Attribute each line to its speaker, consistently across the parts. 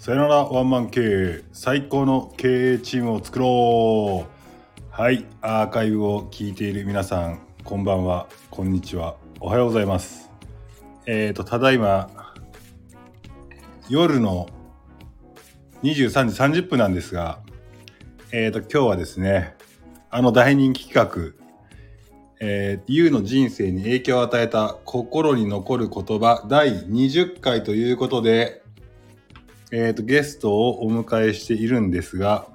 Speaker 1: さよならワンマン経営最高の経営チームを作ろうはいアーカイブを聞いている皆さんこんばんはこんにちはおはようございますえっ、とただいま夜の23時30分なんですがえっ、と今日はですねあの大人気企画えー、ユウの人生に影響を与えた心に残る言葉第20回ということで、えー、とゲストをお迎えしているんですが、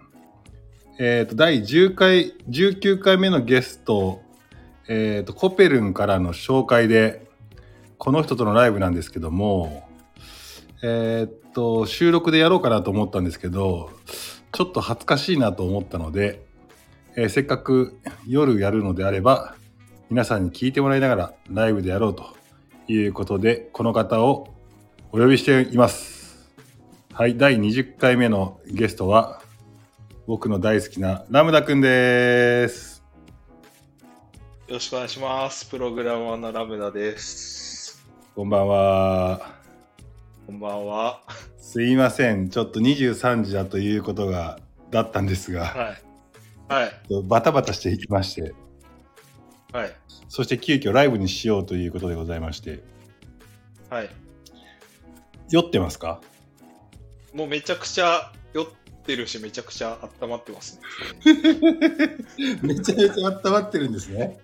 Speaker 1: えー、と第10回19回目のゲスト、えー、とコペルンからの紹介でこの人とのライブなんですけども、えー、と収録でやろうかなと思ったんですけどちょっと恥ずかしいなと思ったので、えーせっかく夜やるのであれば皆さんに聞いてもらいながらライブでやろうということでこの方をお呼びしていますはい第20回目のゲストは僕の大好きなラムダくんです
Speaker 2: よろしくお願いします。プログラマーのラムダです。
Speaker 1: こんばんは
Speaker 2: こんばんは。
Speaker 1: すいませんちょっと23時だということがだったんですが
Speaker 2: はい。はい。
Speaker 1: バタバタしていきまして
Speaker 2: はい。
Speaker 1: そして急遽ライブにしようということでございまして
Speaker 2: はい。
Speaker 1: 酔ってますか
Speaker 2: もうめちゃくちゃ酔ってるし、めちゃくちゃ温まってますね。
Speaker 1: めちゃめちゃ温まってるんですね。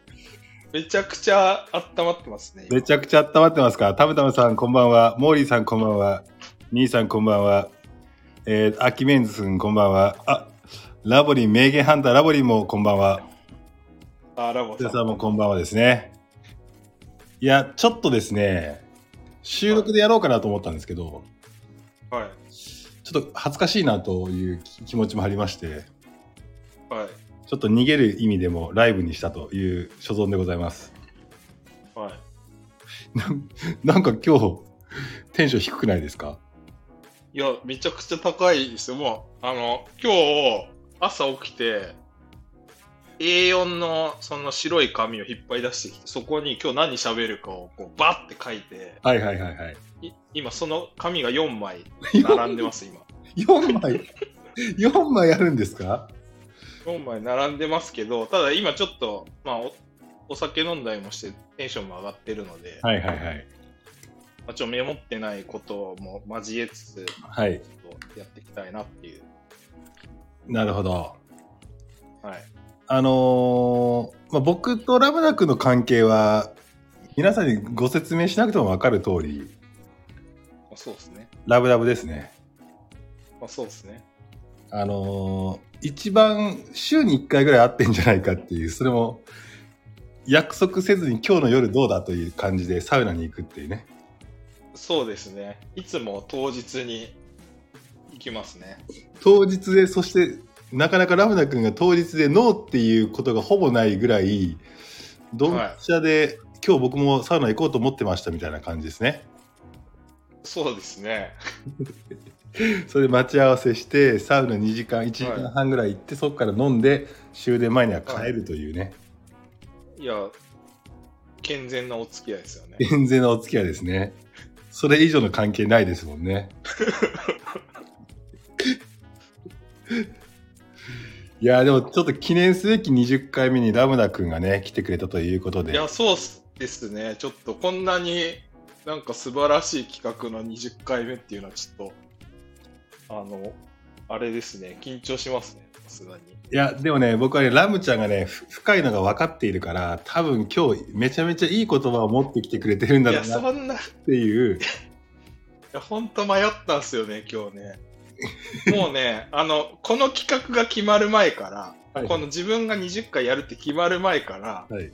Speaker 2: めちゃくちゃ温まってますね。
Speaker 1: めちゃくちゃ温まってますか。タムタムさんこんばんは。モーリーさんこんばんは。兄さんこんばんは。えー、アキメンズさんこんばんは。あ、ラボリン名言ハンターラボリンもこんばんは。
Speaker 2: あ、ラボさ
Speaker 1: 皆
Speaker 2: ん。
Speaker 1: さんもこんばんはですね。いや、ちょっとですね、収録でやろうかなと思ったんですけど、
Speaker 2: はい。
Speaker 1: ちょっと恥ずかしいなという気持ちもありまして、
Speaker 2: はい。
Speaker 1: ちょっと逃げる意味でもライブにしたという所存でございます。
Speaker 2: はい。
Speaker 1: なんなんか今日、テンション低くないですか
Speaker 2: いや、めちゃくちゃ高いですよ。もう、あの、今日、朝起きて、A4 のその白い紙を引っ張り出してきて、そこに今日何喋るかをこうバッて書いて、
Speaker 1: はいはいはいはい。
Speaker 2: い今その紙が4枚並んでます、今。
Speaker 1: 4枚、4枚あるんですか
Speaker 2: 4枚並んでますけど、ただ今ちょっと、まあ、おお酒飲んだりもしてテンションも上がってるので、
Speaker 1: はいはいはい。
Speaker 2: まあ、ちょっとメモってないことも交えつつ、ち
Speaker 1: はい。
Speaker 2: ょっとやっていきたいなっていう。
Speaker 1: なるほど。
Speaker 2: はい。
Speaker 1: あのーまあ、僕とラムダ君の関係は、皆さんにご説明しなくても分かる通り、
Speaker 2: まあ、そうですね。
Speaker 1: ラブラブですね。
Speaker 2: まあ、そうですね。
Speaker 1: あのー一番週に1回ぐらい会ってんじゃないかっていう、それも、約束せずに今日の夜どうだという感じでサウナに行くっていうね。
Speaker 2: そうですね。いつも当日に行きますね。
Speaker 1: 当日でそしてなかなかラムダ君が当日でノーっていうことがほぼないぐらいドンピシャで、今日僕もサウナ行こうと思ってましたみたいな感じですね
Speaker 2: そうですね。
Speaker 1: それで待ち合わせしてサウナ2時間1時間半ぐらい行って、そこから飲んで終電前には帰るというね、
Speaker 2: いや、健全なお付き合いですよね。
Speaker 1: 健全なお付き合いですねそれ以上の関係ないですもんねいやでもちょっと記念すべき20回目にラムダ君がね来てくれたということで
Speaker 2: いや、そうですね。ちょっとこんなになんか素晴らしい企画の20回目っていうのはちょっと、あの、あれですね。緊張しますね。さすがに。
Speaker 1: いや、でもね、僕はね、ラムちゃんがね、ふ深いのが分かっているから、多分今日めちゃめちゃいい言葉を持ってきてくれてるんだ
Speaker 2: い
Speaker 1: ろ
Speaker 2: や、
Speaker 1: う
Speaker 2: そ
Speaker 1: なっ
Speaker 2: んな、い
Speaker 1: ていう。
Speaker 2: や、ほんと迷ったんすよね、今日 ね。もうね、あの、この企画が決まる前から、
Speaker 1: はい
Speaker 2: この自分が20回やるって決まる前から、
Speaker 1: はい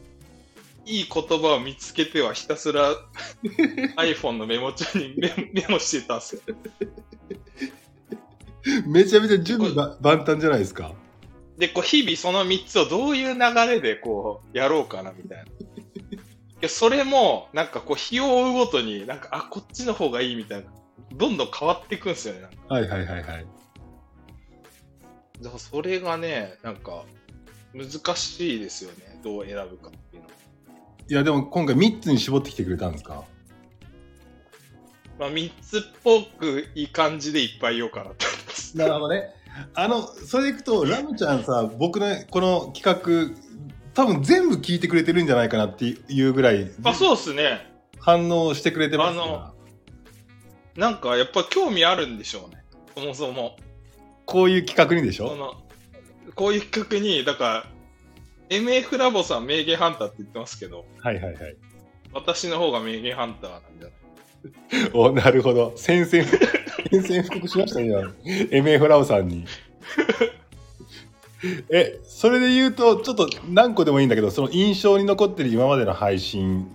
Speaker 2: いい言葉を見つけてはひたすら iPhone のメモ帳にメモメモしてたんですよ。
Speaker 1: めちゃめちゃ準備ば万端じゃないですか。
Speaker 2: で、こう日々その3つをどういう流れでこうやろうかなみたい な。いやそれもなんかこう日を追うごとになんかあこっちの方がいいみたいなどんどん変わっていくんですよね。なんか
Speaker 1: はいはいはいはい。
Speaker 2: だからそれがねなんか難しいですよねどう選ぶかっていうのは。
Speaker 1: いや、でも今回3つに絞ってきてくれたんですか
Speaker 2: まあ、3つっぽくいい感じでいっぱい言おうかなと思います。
Speaker 1: なるほどね。あの、それでいくと、ラムちゃんさ、僕のこの企画、多分全部聞いてくれてるんじゃないかなっていうぐらい、
Speaker 2: あ、そうですね。
Speaker 1: 反応してくれてますから
Speaker 2: あのなんかやっぱ興味あるんでしょうね。そもそも。
Speaker 1: こういう企画にでし
Speaker 2: そ
Speaker 1: ょ
Speaker 2: のこういう企画に、だから、MF ラボさん名言ハンターって言ってますけど、
Speaker 1: はいはいはい。
Speaker 2: 私の方が名言ハンターなんじゃない
Speaker 1: お、なるほど。宣 戦、宣戦布告しましたね、今。MF ラオさんに。え、それで言うと、ちょっと何個でもいいんだけど、その印象に残ってる今までの配信、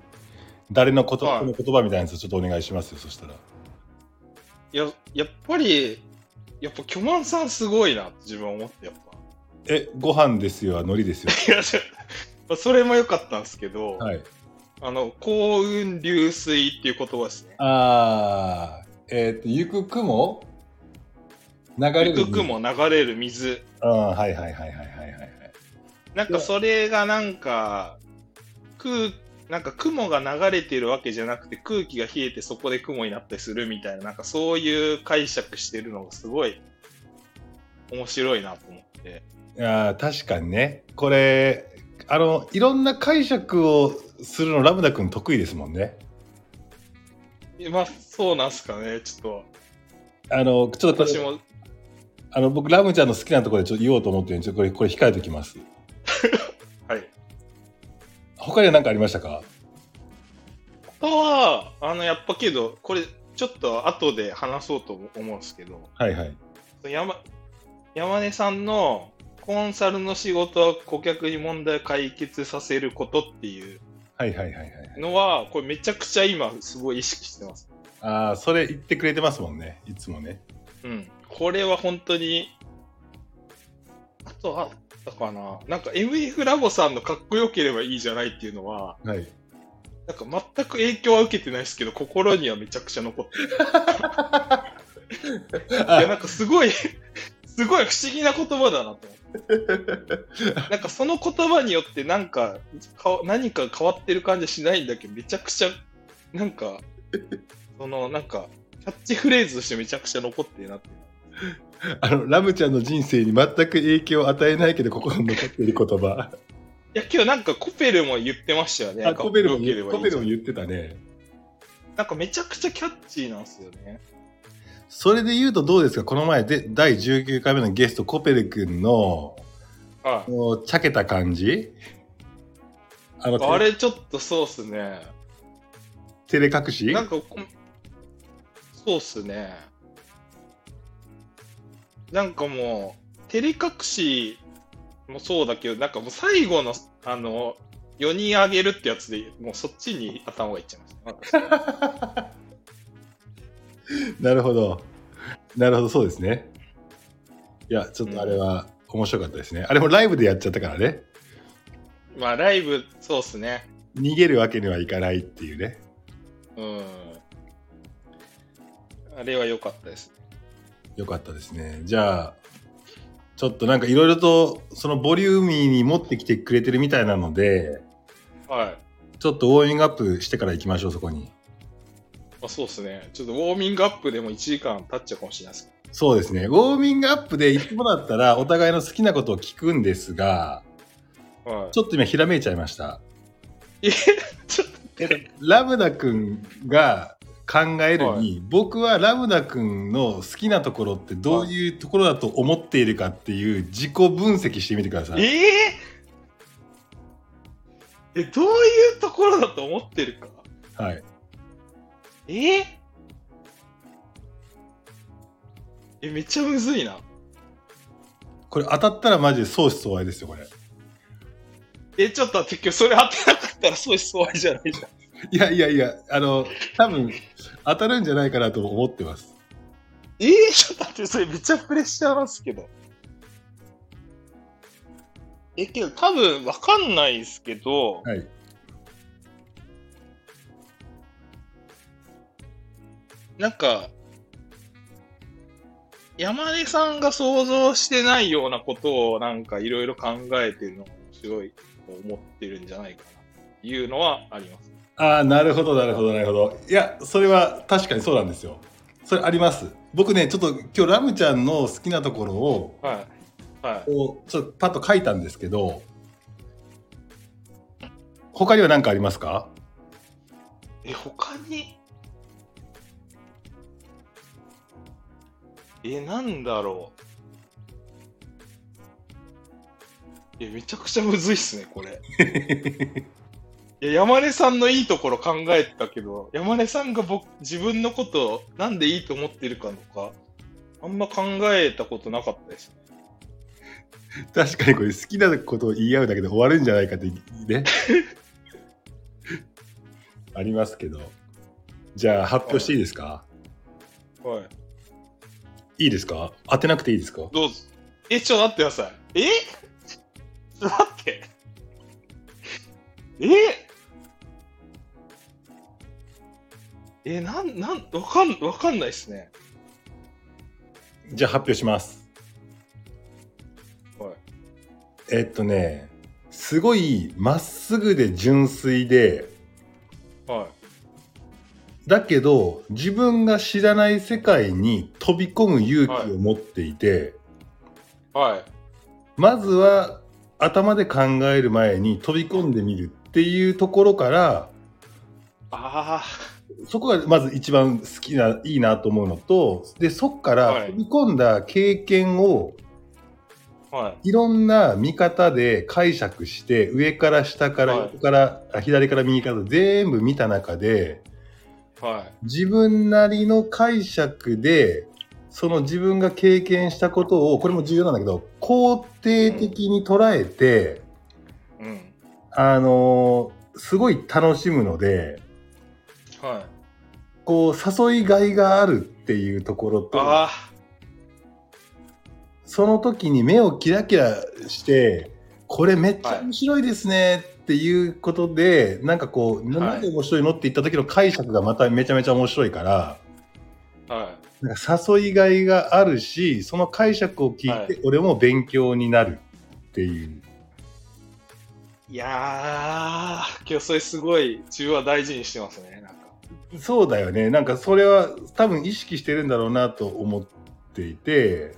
Speaker 1: 誰のこと、
Speaker 2: はい
Speaker 1: この言葉みたいなやつちょっとお願いしますよ、そしたら。
Speaker 2: いや、やっぱり、やっぱ巨万さんすごいなって自分は思って、やっぱ。
Speaker 1: え、ご飯ですよ、海苔ですよ。
Speaker 2: いや、じゃまあそれも良かったんですけど、
Speaker 1: はい。
Speaker 2: あの、幸運流水っていう言葉ですね。
Speaker 1: あー、えっ、と、ゆく雲流れる。
Speaker 2: ゆく雲流れる水。
Speaker 1: うん、はいはいはいはいはいはい。
Speaker 2: なんかそれがなんか、空、なんか雲が流れてるわけじゃなくて空気が冷えてそこで雲になったりするみたいな、なんかそういう解釈してるのがすごい面白いなと思って。
Speaker 1: いやー確かにねこれあのいろんな解釈をするのラムダ君得意ですもんね
Speaker 2: まあそうなんすかね、ちょ
Speaker 1: あのちょっ
Speaker 2: っ
Speaker 1: と
Speaker 2: と
Speaker 1: こ
Speaker 2: 私
Speaker 1: れ
Speaker 2: も、
Speaker 1: あの僕ラムちゃんの好きなところでちょっと言おうと思ってるんでちょっとこれこれ控えておきます
Speaker 2: はい。
Speaker 1: 他には何かありましたか
Speaker 2: 他は、あのやっぱけど、これちょっと後で話そうと思うんですけど、
Speaker 1: はいはい
Speaker 2: 山山根さんのコンサルの仕事は顧客に問題を解決させることっていう
Speaker 1: はいはいはいはい
Speaker 2: のは、これめちゃくちゃ今すごい意識してます。
Speaker 1: ああそれ言ってくれてますもんねいつもね
Speaker 2: うん。これは本当に、あとあったかな。なんか MF ラボさんのかっこよければいいじゃないっていうのは、
Speaker 1: はい
Speaker 2: なんか全く影響は受けてないですけど、心にはめちゃくちゃ残ってる。いや、
Speaker 1: あ
Speaker 2: なんかすごい、すごい不思議な言葉だなと思 って。なんかその言葉によってなんかか、何か変わってる感じはしないんだけど、めちゃくちゃ、なんか、その、なんか、キャッチフレーズとしてめちゃくちゃ残ってるなって。
Speaker 1: あのラムちゃんの人生に全く影響を与えないけどここに残っている言葉
Speaker 2: いや、今日なんかコペルも言ってましたよね。
Speaker 1: あコペルも
Speaker 2: かっこよけ
Speaker 1: 言
Speaker 2: れ
Speaker 1: っ
Speaker 2: ばい
Speaker 1: コ
Speaker 2: い
Speaker 1: ペ
Speaker 2: じ
Speaker 1: ル
Speaker 2: ゃん
Speaker 1: も言ってたね
Speaker 2: なんかめちゃくちゃキャッチーなんですよね。
Speaker 1: それで言うとどうですかこの前で第19回目のゲストコペル君の
Speaker 2: は
Speaker 1: あのちゃけた感じあ
Speaker 2: い。
Speaker 1: の
Speaker 2: あれちょっとそうっすね。
Speaker 1: 照れ隠し
Speaker 2: なんかこん、そうっすね。なんかもう、照れ隠しもそうだけど、なんかもう最後の、あの、4人あげるってやつで、もうそっちに頭がいっちゃいました。なんか
Speaker 1: なるほどなるほどそうですねいやちょっとあれは面白かったですね、あれもライブでやっちゃったからね
Speaker 2: まあ、ライブ、そうっすね。
Speaker 1: 逃げるわけにはいかないっていうね
Speaker 2: うん。あれは良かったです。
Speaker 1: よかったですねじゃあちょっとなんかいろいろとそのボリューミーに持ってきてくれてるみたいなので
Speaker 2: はい。
Speaker 1: ちょっとウォーミングアップしてから行きましょうそこに
Speaker 2: まあ、そうっすね。ちょっとウォーミングアップでも1時間経っちゃうかもしれないですけ
Speaker 1: そうですねウォーミングアップでいつもだったらお互いの好きなことを聞くんですが
Speaker 2: ど。はい。
Speaker 1: ちょっと今ひらめいちゃいました。
Speaker 2: え
Speaker 1: ちょっとラムダ君が考えるに、
Speaker 2: は
Speaker 1: 僕はラムダ君の好きなところってどういうところだと思っているかっていう自己分析してみてください。
Speaker 2: えええ、どういうところだと思ってるか
Speaker 1: はい、
Speaker 2: えええ、めっちゃむずいな。
Speaker 1: これ当たったらマジで相思相愛ですよこれ。
Speaker 2: え、ちょっと待って、今日それ当てなかったらそうです、そうじゃないじゃん。
Speaker 1: いやいやいやあの多分当たるんじゃないかなと思ってます。
Speaker 2: ええちょっと待って、それめっちゃプレッシャーなんすけど。え、けど多分わかんないですけど、
Speaker 1: はい、
Speaker 2: なんか、山根さんが想像してないようなことをなんかいろいろ考えてるのが面白いと思ってるんじゃないかなっていうのはあります。
Speaker 1: ああなるほどなるほどなるほどいやそれは確かにそうなんですよそれあります僕ねちょっと今日ラムちゃんの好きなところを
Speaker 2: はい。はい。
Speaker 1: こうちょっとパッと書いたんですけど他には何かありますか
Speaker 2: え、他にえ、なんだろう。え、めちゃくちゃむずいっすね、これ。いや、山根さんのいいところ考えたけど、山根さんが僕、自分のことをなんでいいと思ってるかとか、あんま考えたことなかったです。
Speaker 1: 確かにこれ好きなことを言い合うだけで終わるんじゃないかってねありますけどじゃあ発表していいですか
Speaker 2: はい。
Speaker 1: いいですか当てなくていいですか
Speaker 2: どうぞ。え、ちょ、待ってください。えちょ、待って。ええ、なん、なん、わかん、わかんないっすね。
Speaker 1: じゃあ発表します
Speaker 2: はい。
Speaker 1: えっとねすごいまっすぐで純粋で
Speaker 2: は
Speaker 1: だけど自分が知らない世界に飛び込む勇気を持っていて、
Speaker 2: い。はい。
Speaker 1: まずは頭で考える前に飛び込んでみるっていうところから
Speaker 2: あ
Speaker 1: そこがまず一番好きないいなと思うのとでそこか
Speaker 2: は
Speaker 1: ら
Speaker 2: い
Speaker 1: 飛び込んだ経験を
Speaker 2: あ。はい。
Speaker 1: いろんな見方で解釈して上から下から
Speaker 2: はい
Speaker 1: 横から、あ左から右から全部見た中で
Speaker 2: はい。
Speaker 1: 自分なりの解釈でその自分が経験したことをこれも重要なんだけど肯定的に捉えて。
Speaker 2: うん。
Speaker 1: あのーすごい楽しむので
Speaker 2: はい。
Speaker 1: こう誘いがいがあるっていうところと
Speaker 2: あ
Speaker 1: その時に目をキラキラしてこれめっち
Speaker 2: は
Speaker 1: ゃ
Speaker 2: い
Speaker 1: 面白いですねっていうことで、なんかこうな
Speaker 2: はい
Speaker 1: なんで面白いのって言った時の解釈がまためちゃめちゃ面白いから
Speaker 2: あ。は
Speaker 1: なんか誘いがいがあるしその解釈を聞い
Speaker 2: は
Speaker 1: て俺も勉強になるっていう、
Speaker 2: い。いやー、今日それすごい、自分は大事にしてますね。なんか。
Speaker 1: そうだよねなんかそれは多分意識してるんだろうなと思っていて。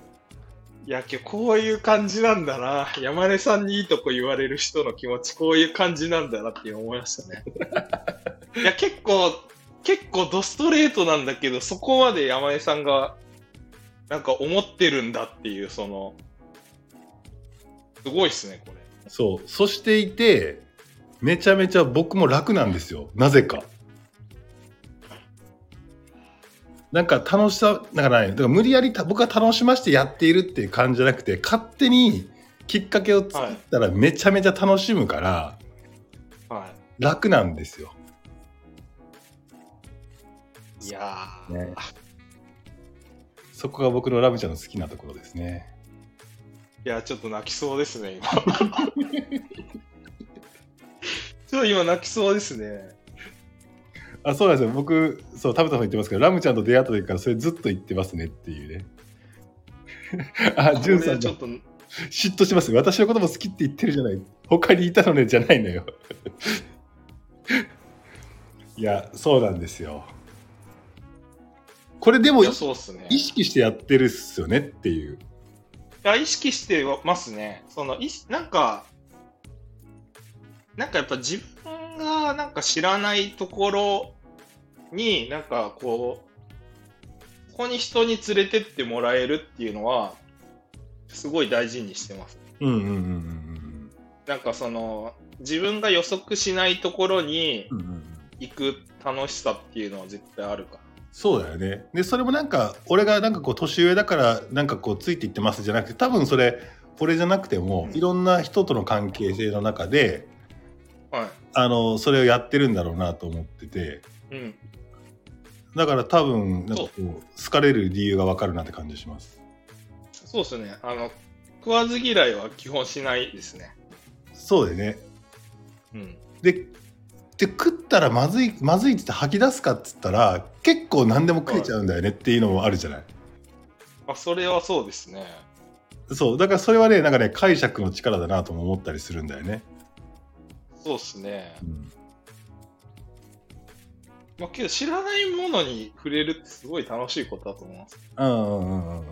Speaker 2: いや、今日こういう感じなんだな。山根さんにいいとこ言われる人の気持ち、こういう感じなんだなって思いました ね。いや、結構、結構ドストレートなんだけど、そこまで山根さんが、なんか思ってるんだっていう、その、すごいっすね、これ。
Speaker 1: そう。そしていて、めちゃめちゃ僕も楽なんですよ。なぜか。なんか楽しさ、なんかない。だから無理やりた僕が楽しましてやっているっていう感じじゃなくて、勝手にきっかけを作ったらめちゃめちゃ楽しむから、
Speaker 2: は
Speaker 1: 楽なんですよ。
Speaker 2: い。いやー、
Speaker 1: ね。そこが僕のラムちゃんの好きなところですね。
Speaker 2: いや、ちょっと泣きそうですね、今。 ちょっと今泣きそうですね。
Speaker 1: あ、そうなんですよ。僕、そう、タブタさん言ってますけど、ラムちゃんと出会った時からそれずっと言ってますねっていうね。あ、ジュンさ
Speaker 2: これ
Speaker 1: ん
Speaker 2: ち
Speaker 1: だ
Speaker 2: ょっと、
Speaker 1: 嫉妬します私のことも好きって言ってるじゃない他にいたのねじゃないのよ いやそうなんですよこれでも
Speaker 2: いや、そうっすね。
Speaker 1: 意識してやってるっすよねっていう
Speaker 2: いや、意識してますね。その、いしなんか、なんかやっぱ自分がなんか知らないところに、なんかこう、ここに人に連れてってもらえるっていうのは、すごい大事にしてます。
Speaker 1: うんうんうん
Speaker 2: なんかその、自分が予測しないところに
Speaker 1: うんうん
Speaker 2: 行く楽しさっていうのは絶対あるから。
Speaker 1: そうだよねでそれもなんか俺がなんかこう年上だからなんかこうついていってますじゃなくて多分それ俺じゃなくてもいろんな人との関係性の中で
Speaker 2: はい。
Speaker 1: あのそれをやってるんだろうなと思ってて
Speaker 2: うん。
Speaker 1: だから多分なんかこう好かれる理由がわかるなって感じします
Speaker 2: そうですね。あの、食わず嫌いは基本しないですね。
Speaker 1: そうだよね
Speaker 2: うん。
Speaker 1: でで食ったらまずいまずいって言って吐き出すかっつったら結構何でも食えちゃうんだよねっていうのもあるじゃない、
Speaker 2: あ、それはそうですね。
Speaker 1: そうだからそれはねなんかね解釈の力だなとも思ったりするんだよね、
Speaker 2: そうっすね。
Speaker 1: うん
Speaker 2: まあ、けど知らないものに触れるってすごい楽しいことだと思います。
Speaker 1: うんうんうんうんうんうん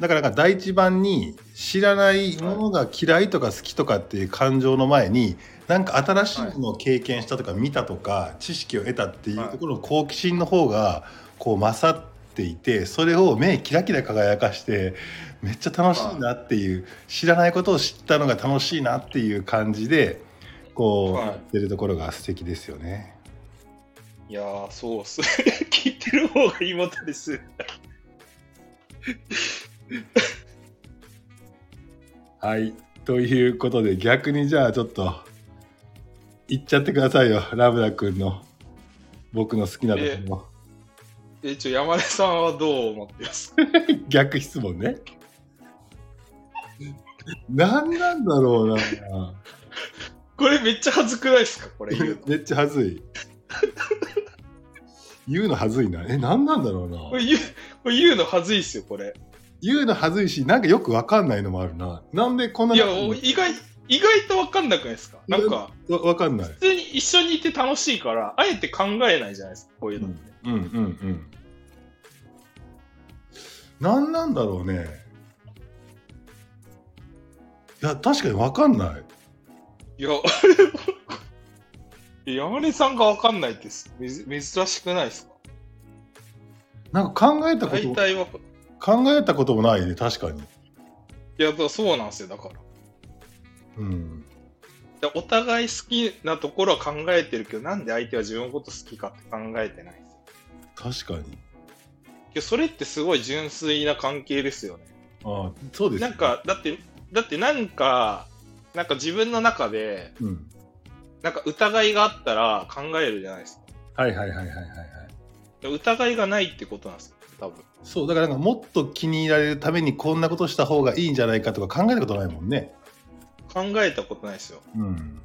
Speaker 1: だからなんか第一番に知らないものが嫌いとか好きとかっていう感情の前になんか新しいものを経験したとか見たとか知識を得たっていうところの好奇心の方がこう勝っていてそれを目キラキラ輝かしてめっちゃ楽しいなっていう知らないことを知ったのが楽しいなっていう感じでこう
Speaker 2: はい
Speaker 1: やってるところが素敵ですよね。
Speaker 2: いやー、そうっす。 聞いてる方がいいもたです。
Speaker 1: はい。ということで、逆にじゃあちょっと、言っちゃってくださいよ。ラブラ君の、僕の好きなところ。
Speaker 2: え、ちょ、山根さんはどう思ってますか
Speaker 1: 逆質問ね。何なんだろうな。
Speaker 2: これめっちゃ恥ずくないですかこれ言うの。
Speaker 1: めっちゃはずい。言うのはずいな。え、何なんだろうな
Speaker 2: こ。れ言うこれ言うの恥ずいっすよ、これ。
Speaker 1: 言うのはずいし、なんかよくわかんないのもあるな。なんでこんないに
Speaker 2: や、お意外、意外とわかんなくないですかなんか、
Speaker 1: わわかんない。
Speaker 2: 普通に一緒にいて楽しいから、あえて考えないじゃないですか、こういうの。
Speaker 1: うんうんうん。何なんだろうね。いや、確かに分かんない。
Speaker 2: いや、山根さんがわかんないってすめず珍しくないですか
Speaker 1: なんか考えたこ
Speaker 2: 大
Speaker 1: と、
Speaker 2: 体は、
Speaker 1: 考えたこともないね、確かに。
Speaker 2: いや、だからそうなんですよ、だから。
Speaker 1: うん。
Speaker 2: でお互い好きなところは考えてるけど、なんで相手は自分のこと好きかって考えてないんですよ
Speaker 1: 確かに。
Speaker 2: いやそれってすごい純粋な関係ですよね。
Speaker 1: ああ、そうです、
Speaker 2: なん、か、だって、だってなんか、なんか自分の中で、
Speaker 1: うん。
Speaker 2: なんか疑いがあったら考えるじゃないですか。
Speaker 1: はいはいはいはいはいはい。
Speaker 2: で疑いがないってことなんですよ、多分。
Speaker 1: そう、だからなんかもっと気に入られるためにこんなことした方がいいんじゃないかとか考えたことないもんね。
Speaker 2: 考えたことないですよ。
Speaker 1: うん。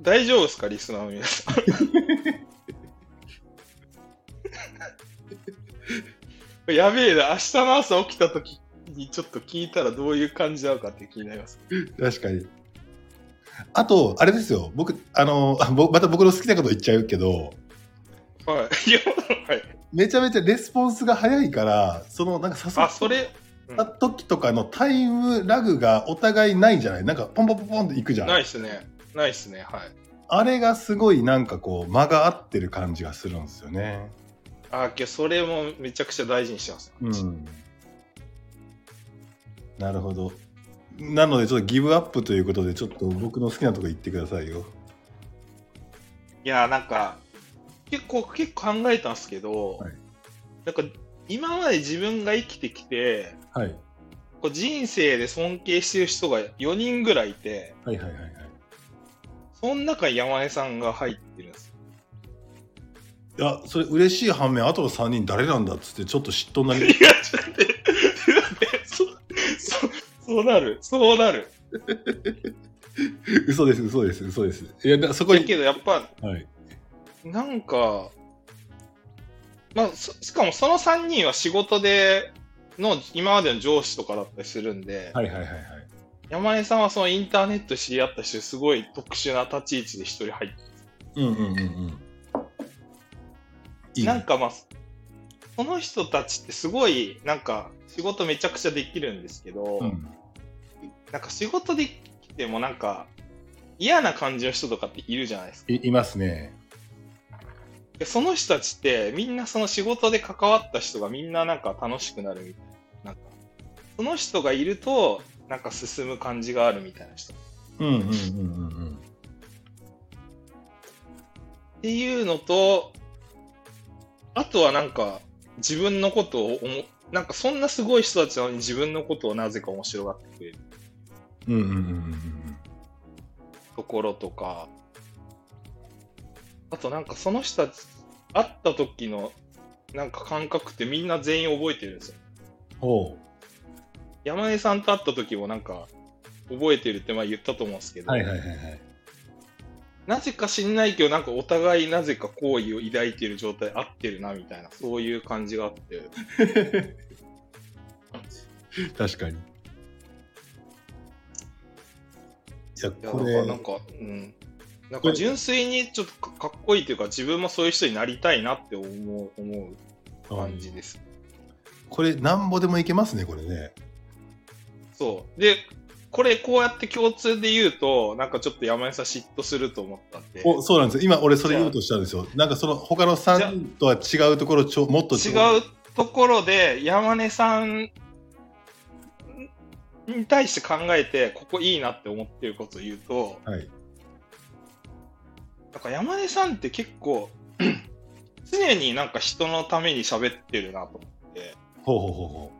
Speaker 2: 大丈夫ですか、リスナーの皆さん。 やべえな、明日の朝起きた時にちょっと聞いたらどういう感じなのかって気になります。
Speaker 1: 確かに。あと、あれですよ。僕、あの、 あぼまた僕の好きなこと言っちゃうけど、
Speaker 2: はい。いや、はい。
Speaker 1: めちゃめちゃレスポンスが早いからそのなんか誘
Speaker 2: あ、それ、
Speaker 1: った時とかのタイムラグがお互いないじゃないなんかポンポンポンポンっていくじゃ
Speaker 2: ない
Speaker 1: ん
Speaker 2: っすね。ないっすね、はい。
Speaker 1: あれがすごいなんかこう間が合ってる感じがするんですよね
Speaker 2: あ、けどそれもめちゃくちゃ大事にしてます。
Speaker 1: うんなるほどなのでちょっとギブアップということでちょっと僕の好きなとこ言ってくださいよ
Speaker 2: いや、なんか、結構、結構考えたんですけど、
Speaker 1: はい
Speaker 2: なんか、今まで自分が生きてきて、
Speaker 1: はい
Speaker 2: こう人生で尊敬してる人が4人ぐらいいて、
Speaker 1: はいはいはいはい
Speaker 2: その中に山根さんが入ってるんですよ。
Speaker 1: いやそれ嬉しい反面あとの3人誰なんだっつってちょっと嫉妬になり
Speaker 2: いや、ちょっと待って、ちょっと待って そ、そ、そうなる、そうなる。
Speaker 1: 嘘です嘘です嘘ですいやだそこ
Speaker 2: だ
Speaker 1: に
Speaker 2: けどやっぱ、
Speaker 1: はい
Speaker 2: なんか、まあ、そしかもその3人は仕事での今までの上司とかだったりするんで、
Speaker 1: はいはいはいはい
Speaker 2: 山根さんはそのインターネットで知り合った人、すごい特殊な立ち位置で一人入って
Speaker 1: うんうんうんうん。いい
Speaker 2: なん
Speaker 1: ね。
Speaker 2: かまあ、その人たちってすごい、なんか仕事めちゃくちゃできるんですけど、
Speaker 1: うん、
Speaker 2: なんか仕事できてもなんか嫌な感じの人とかっているじゃないですか。
Speaker 1: いいますね。
Speaker 2: でその人たちってみんなその仕事で関わった人がみんななんか楽しくなるみたいな。なんかその人がいるとなんか進む感じがあるみたいな人。っ
Speaker 1: うんうんうんうんうん。
Speaker 2: ていうのと、あとはなんか自分のことを思、なんかそんなすごい人たちなのに自分のことをなぜか面白がってくれる。
Speaker 1: うんうんうんうん
Speaker 2: ところとか、あとなんかその人たち、会った時のなんか感覚ってみんな全員覚えてるんですよ。
Speaker 1: うん。ほ
Speaker 2: 山根さんと会った時もなんか覚えてるって前言ったと思うんですけ
Speaker 1: う。
Speaker 2: ど、
Speaker 1: はいはいはいはい。
Speaker 2: なぜか知んないけど、なんかお互いなぜか好意を抱いてる状態合ってるなみたいな、そういう感じがあって、
Speaker 1: 確かに。いや、
Speaker 2: いや
Speaker 1: こ
Speaker 2: だからなん
Speaker 1: れ、
Speaker 2: か、うん、なんか純粋にちょっとかかっこいいというか、自分もそういう人になりたいなって思う思う感じです。
Speaker 1: これなんぼでもいけますねこれね
Speaker 2: そう。で、これこうやって共通で言うと、なんかちょっと山根さん嫉妬すると思ったんで。
Speaker 1: おそうなんですよ今俺それ言おうとしたんですよなんかその他の3人とは違うところちょもっと
Speaker 2: 違うところで山根さんに対して考えてここいいなって思ってることを言うと
Speaker 1: はい
Speaker 2: なんか山根さんって結構 常になんか人のために喋ってるなと思って
Speaker 1: ほうほうほうほ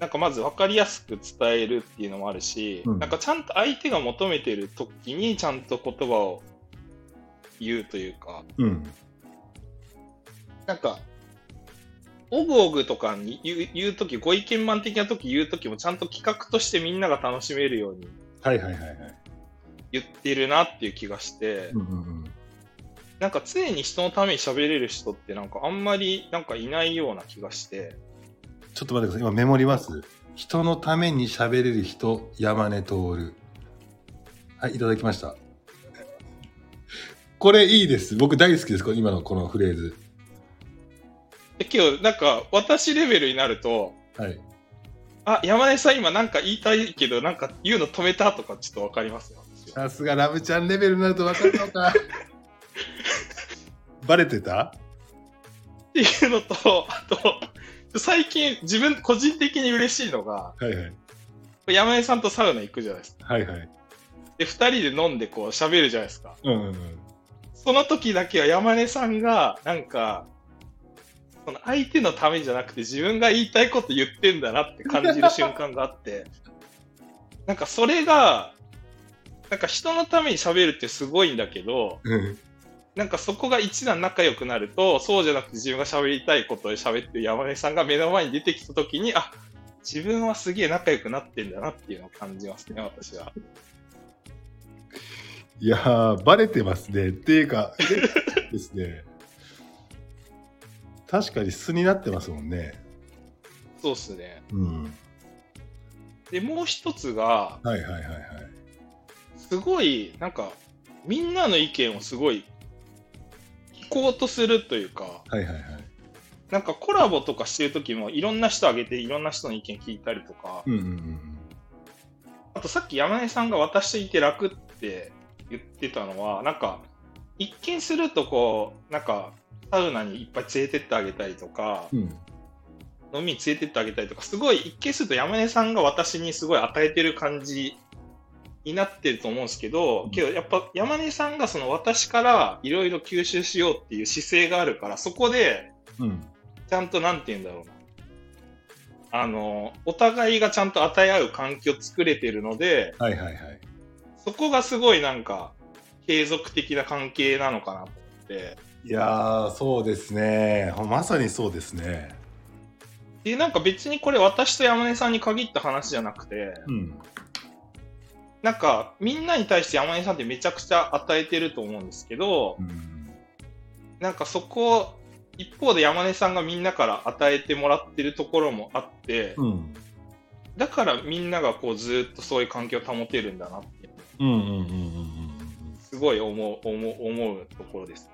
Speaker 2: なんかまず分かりやすく伝えるっていうのもあるし、
Speaker 1: うん
Speaker 2: なんかちゃんと相手が求めてる時にちゃんと言葉を言うというか
Speaker 1: ううん
Speaker 2: なんか、オグオグとかに言う言うとき、ご意見満的なとき言うときも、ちゃんと企画としてみんなが楽しめるように
Speaker 1: はいはいはいはい
Speaker 2: 言ってるなっていう気がして、
Speaker 1: うんうんうん
Speaker 2: なんか常に人のために喋れる人ってなんかあんまりなんかいないような気がして、
Speaker 1: ちょっと待ってください今メモります人のために喋れる人山根徹はいいただきましたこれいいです僕大好きですこの今のこのフレーズ
Speaker 2: で今日なんか私レベルになると、
Speaker 1: はい
Speaker 2: あ、山根さん今なんか言いたいけど、なんか言うの止めたとかちょっとわかりますよ。私
Speaker 1: さ
Speaker 2: は
Speaker 1: すがラブちゃんレベルになると分かるのか バレてた
Speaker 2: っていうのと、あと、最近自分個人的に嬉しいの
Speaker 1: は
Speaker 2: が、
Speaker 1: いはい
Speaker 2: 山根さんとサウナ行くじゃないですか。
Speaker 1: はいはい
Speaker 2: で、二人で飲んでこう喋るじゃないですか。
Speaker 1: うんうんうん
Speaker 2: その時だけは山根さんが、なんか、その相手のためじゃなくて自分が言いたいこと言ってんだなって感じる瞬間があって、なんかそれが、なんか人のために喋るってすごいんだけど、
Speaker 1: うん
Speaker 2: なんかそこが一段仲良くなると、そうじゃなくて自分が喋りたいことを喋ってる山根さんが目の前に出てきた時に、あ、自分はすげえ仲良くなってんだなっていうのを感じますね、私は。
Speaker 1: いやーバレてますねっていうか ですね確かに素になってますもんね
Speaker 2: そうっすね。
Speaker 1: うん
Speaker 2: で、もう一つが、
Speaker 1: はいはいはいはい
Speaker 2: すごい、なんか、みんなの意見をすごい、聞こうとするというか、
Speaker 1: はいはいはい
Speaker 2: なんかコラボとかしてる時も、いろんな人あげて、いろんな人の意見聞いたりとか、
Speaker 1: うんうんうん
Speaker 2: あとさっき山根さんが私といて楽って言ってたのは、なんか、一見するとこう、なんか、サウナにいっぱい連れてってあげたりとか、
Speaker 1: うんうん
Speaker 2: 飲みに連れてってあげたりとか、すごい、一見すると山根さんが私にすごい与えてる感じになってると思うんですけ
Speaker 1: うん
Speaker 2: ど、けどやっぱ山根さんがその私からいろいろ吸収しようっていう姿勢があるから、そこで、
Speaker 1: うん
Speaker 2: ちゃんとなんて言うんだろうな。あの、お互いがちゃんと与え合う環境作れてるので、
Speaker 1: はいはいはい
Speaker 2: そこがすごいなんか、継続的な関係なのかなと思って。
Speaker 1: いやーそうですねほまさにそうですね
Speaker 2: で、なんか別にこれ私と山根さんに限った話じゃなくて、
Speaker 1: うん
Speaker 2: なんか、みんなに対して山根さんってめちゃくちゃ与えてると思うんですけど
Speaker 1: う、ん
Speaker 2: なんかそこを、一方で山根さんがみんなから与えてもらってるところもあって、
Speaker 1: うん
Speaker 2: だからみんながこうずーっとそういう環境を保てるんだなって、
Speaker 1: うんうんうんうんうん
Speaker 2: すごい思う、思う、思うところです。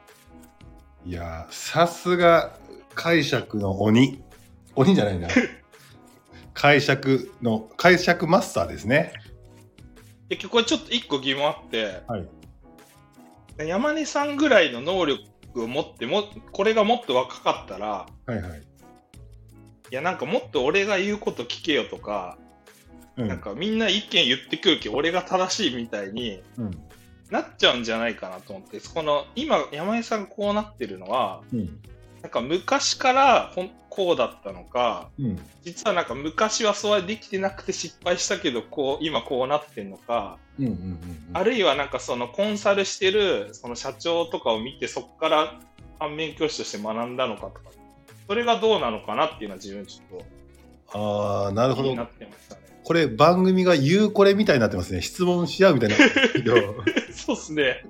Speaker 1: いやーさすが解釈の鬼鬼じゃないな 解釈の解釈マスターですね
Speaker 2: で、結構ちょっと一個疑問あって、
Speaker 1: はい
Speaker 2: 山根さんぐらいの能力を持っても、これがもっと若かったら、
Speaker 1: はいはい、
Speaker 2: いやなんかもっと俺が言うこと聞けよとか、
Speaker 1: うん、
Speaker 2: なんかみんな意見言ってくるけど俺が正しいみたいに
Speaker 1: うん
Speaker 2: なっちゃうんじゃないかなと思って、この今、山根さんがこうなってるのは、
Speaker 1: うん
Speaker 2: なんか昔からこんこうだったのか、
Speaker 1: うん
Speaker 2: 実はなんか昔はそうはできてなくて失敗したけど、こう、今こうなってんのか、
Speaker 1: うんうんうんうん
Speaker 2: あるいはなんかそのコンサルしてるその社長とかを見て、そこから反面教師として学んだのかとか、それがどうなのかなっていうのは自分ちょっ
Speaker 1: あーなる
Speaker 2: と
Speaker 1: ほ
Speaker 2: 気
Speaker 1: ど
Speaker 2: になってましたね。
Speaker 1: これ番組が言うこれみたいになってますね質問し合うみたい になってますけど
Speaker 2: そうっすね。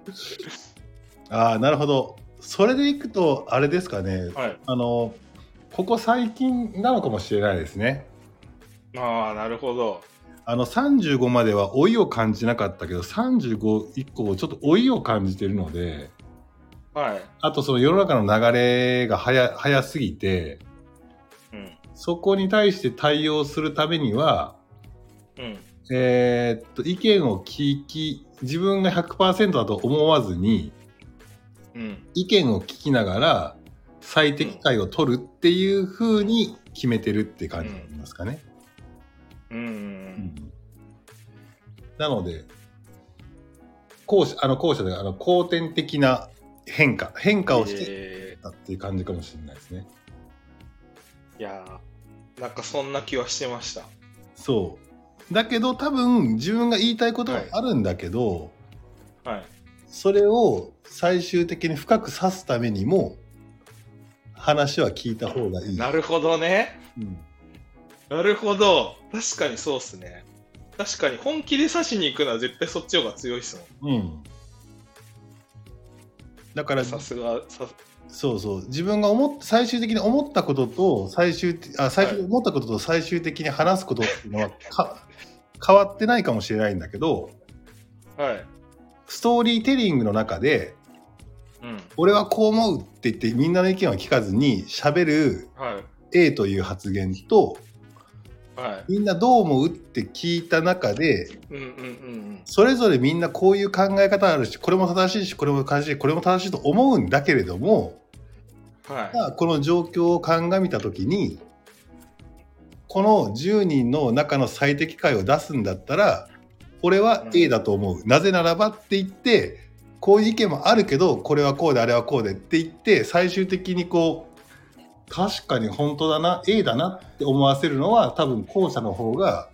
Speaker 1: ああなるほどそれでいくとあれですかね
Speaker 2: はい。
Speaker 1: あのここ最近なのかもしれないですね
Speaker 2: ああ、なるほど。
Speaker 1: あの35までは老いを感じなかったけど35以降ちょっと老いを感じてるので
Speaker 2: はい。
Speaker 1: あとその世の中の流れが早早すぎて
Speaker 2: うん。
Speaker 1: そこに対して対応するためには
Speaker 2: うん。
Speaker 1: えーっと意見を聞き自分が100%だと思わずに
Speaker 2: うん。
Speaker 1: 意見を聞きながら最適解を取るっていう風に決めてるって感じになりますかね。
Speaker 2: うん。うん。
Speaker 1: なので後者あの後者であの後天的な変化変化をして
Speaker 2: え
Speaker 1: たっていう感じかもしれないですね。
Speaker 2: ーいやーなんかそんな気はしてました。
Speaker 1: そうだけど多分自分が言いたいことはあるんだけど、
Speaker 2: はい。
Speaker 1: それを最終的に深く刺すためにも話は聞いた方がいい。
Speaker 2: なるほどね。
Speaker 1: うん
Speaker 2: なるほど。確かにそうっすね。確かに本気で刺しに行くのは絶対そっちの方が強いっすもん。
Speaker 1: うんだから
Speaker 2: さすが、さ
Speaker 1: そうそう自分が思っ最終的に思ったことと最終的あ最終的に思ったことと最終的に話すことっていうの はか変わってないかもしれないんだけど
Speaker 2: はい。
Speaker 1: ストーリーテリングの中で
Speaker 2: うん。
Speaker 1: 俺はこう思うって言ってみんなの意見は聞かずに喋る
Speaker 2: はい。
Speaker 1: A という発言と
Speaker 2: はい。
Speaker 1: みんなどう思うって聞いた中で
Speaker 2: うんうんうん
Speaker 1: それぞれみんなこういう考え方あるしこれも正しいしこれも正しいこれも正しいと思うんだけれども
Speaker 2: うん。は
Speaker 1: まあこの状況を鑑みた時にこの10人の中の最適解を出すんだったら俺は A だと思う、なぜならばって言ってこういう意見もあるけどこれはこうであれはこうでって言って最終的にこう確かに本当だな A だなって思わせるのは多分後者の方が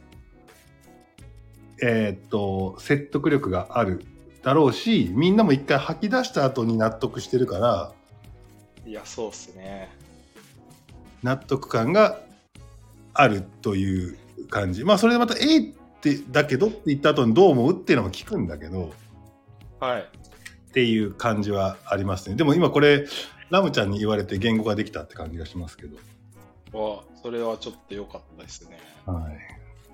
Speaker 1: えーっと説得力があるだろうしみんなも一回吐き出した後に納得してるから。
Speaker 2: い。いや、そうっすね。
Speaker 1: 納得感があるという感じまあそれでまた「えっ!」ってだけどって言った後にどう思うっていうのも聞くんだけど
Speaker 2: はい。
Speaker 1: っていう感じはありますねでも今これラムちゃんに言われて言語ができたって感じがしますけど、
Speaker 2: わそれはちょっと良かったですね。
Speaker 1: はい、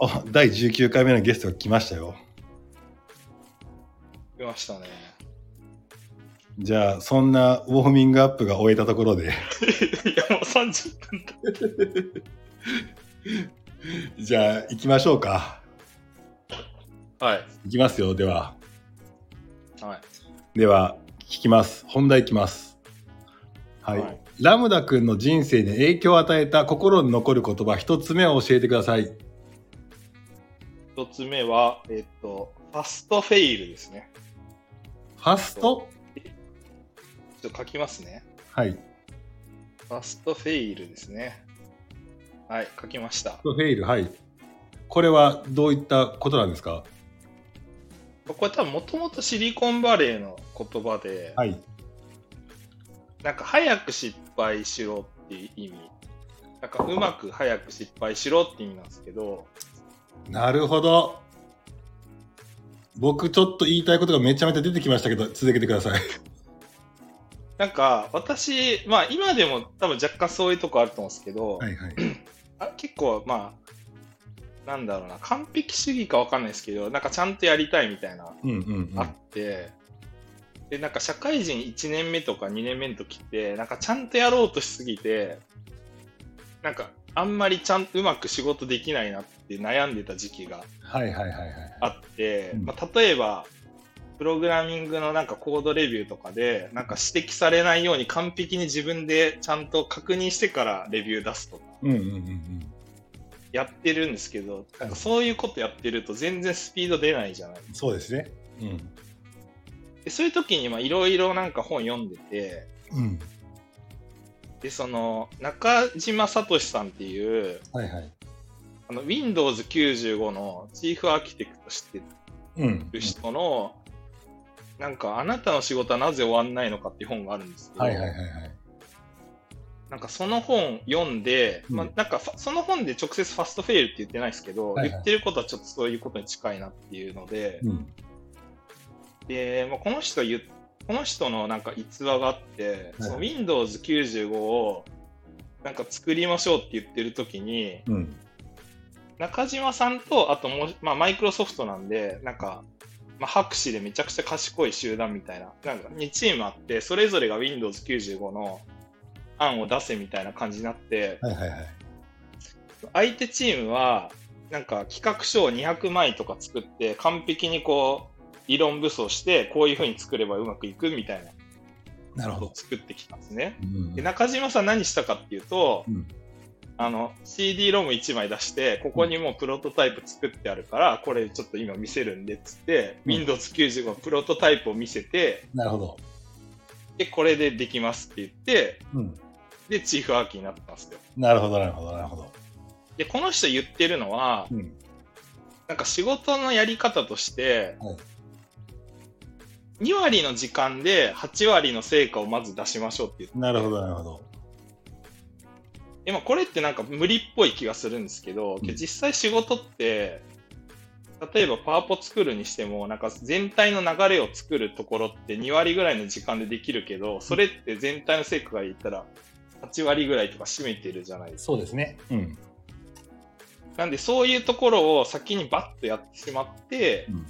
Speaker 1: あ第19回目のゲストが来ましたよ
Speaker 2: 来ましたね。
Speaker 1: じゃあそんなウォーミングアップが終えたところで
Speaker 2: いや、もう30分だ。
Speaker 1: じゃあ行きましょうか
Speaker 2: はい。
Speaker 1: 行きますよでは
Speaker 2: はい。
Speaker 1: では聞きます本題いきますはい、
Speaker 2: はい
Speaker 1: ラムダ君の人生に影響を与えた心に残る言葉一つ目を教えてください
Speaker 2: 一つ目は、えっと、ファストフェイルですね。
Speaker 1: ファスト
Speaker 2: ちょっと書きますね。
Speaker 1: はいフ
Speaker 2: ファストフェイルですね。はい、書きました
Speaker 1: ァス。トフェイルはいこれはどういったことなんですか
Speaker 2: これ多分もともとシリコンバレーの言葉で、
Speaker 1: はい
Speaker 2: なんか早く失敗しろっていう意味。なんかうまく早く失敗しろって意味なんですけど、
Speaker 1: なるほど僕ちょっと言いたいことがめちゃめちゃ出てきましたけど続けてください
Speaker 2: なんか私、まあ今でも多分若干そういうとこあると思うんですけど、
Speaker 1: はいはい
Speaker 2: あ結構まあ、なんだろうな、完璧主義かわかんないですけど、なんかちゃんとやりたいみたいな、
Speaker 1: うんうんうん
Speaker 2: あって、で、なんか社会人1年目とか2年目の時って、なんかちゃんとやろうとしすぎて、なんかあんまりちゃんとうまく仕事できないなって悩んでた時期が
Speaker 1: はいはいはいはい
Speaker 2: あって、
Speaker 1: うん
Speaker 2: まあ、例えばプログラミングのなんかコードレビューとかでなんか指摘されないように完璧に自分でちゃんと確認してからレビュー出すとか
Speaker 1: うんうんうんうん
Speaker 2: やってるんですけどなんかそういうことやってると全然スピード出ないじゃない
Speaker 1: そうですねうん
Speaker 2: でそういう時にまあいろいろなんか本読んでて
Speaker 1: うん
Speaker 2: でその中島聡さんっていう
Speaker 1: はいはい
Speaker 2: あの Windows95 のチーフアーキテクトして
Speaker 1: うん
Speaker 2: る人の、なんかあなたの仕事はなぜ終わんないのかっていう本があるんですけど、
Speaker 1: はいはいはいはい
Speaker 2: なんかその本読んで、
Speaker 1: うん
Speaker 2: まあ、なんかファその本で直接ファストフェイルって言ってないですけど、
Speaker 1: はいはい
Speaker 2: 言ってることはちょっとそういうことに近いなっていうので、
Speaker 1: うん
Speaker 2: で、まあ、この人言っこの人のなんか逸話があって、
Speaker 1: はい
Speaker 2: その Windows95 をなんか作りましょうって言ってる時に、
Speaker 1: うん
Speaker 2: 中島さんと、あともう、まあ、マイクロソフトなんで、なんか、まあ、博士でめちゃくちゃ賢い集団みたいな、なんか2チームあって、それぞれが Windows95 の案を出せみたいな感じになって、
Speaker 1: はいはいはい。
Speaker 2: 相手チームは、なんか企画書を200枚とか作って、完璧にこう、理論武装して、こういう風に作ればうまくいくみたいな
Speaker 1: なるほ
Speaker 2: ことを
Speaker 1: ど。
Speaker 2: 作ってきたんですね。
Speaker 1: うん
Speaker 2: で中島さん何したかっていうと、
Speaker 1: うん
Speaker 2: あの CD ロム1枚出してここにもうプロトタイプ作ってあるからこれちょっと今見せるんでっつって、
Speaker 1: うん
Speaker 2: Windows95 のプロトタイプを見せて
Speaker 1: なるほど。
Speaker 2: でこれでできますって言って
Speaker 1: うん。
Speaker 2: でチーフアーキーになったんですよ
Speaker 1: なるほど、なるほど、なるほど。
Speaker 2: でこの人言ってるのは
Speaker 1: うん。
Speaker 2: なんか仕事のやり方として、
Speaker 1: はい
Speaker 2: 2割の時間で8割の成果をまず出しましょうって言って
Speaker 1: なるほど、なるほど。
Speaker 2: でもこれってなんか無理っぽい気がするんですけど、
Speaker 1: うん
Speaker 2: 実際仕事って、例えばパワポ作るにしても、なんか全体の流れを作るところって2割ぐらいの時間でできるけど、それって全体の成果が言ったら8割ぐらいとか占めてるじゃないですか。
Speaker 1: そうですね。うん。
Speaker 2: なんでそういうところを先にバッとやってしまって
Speaker 1: う、ん。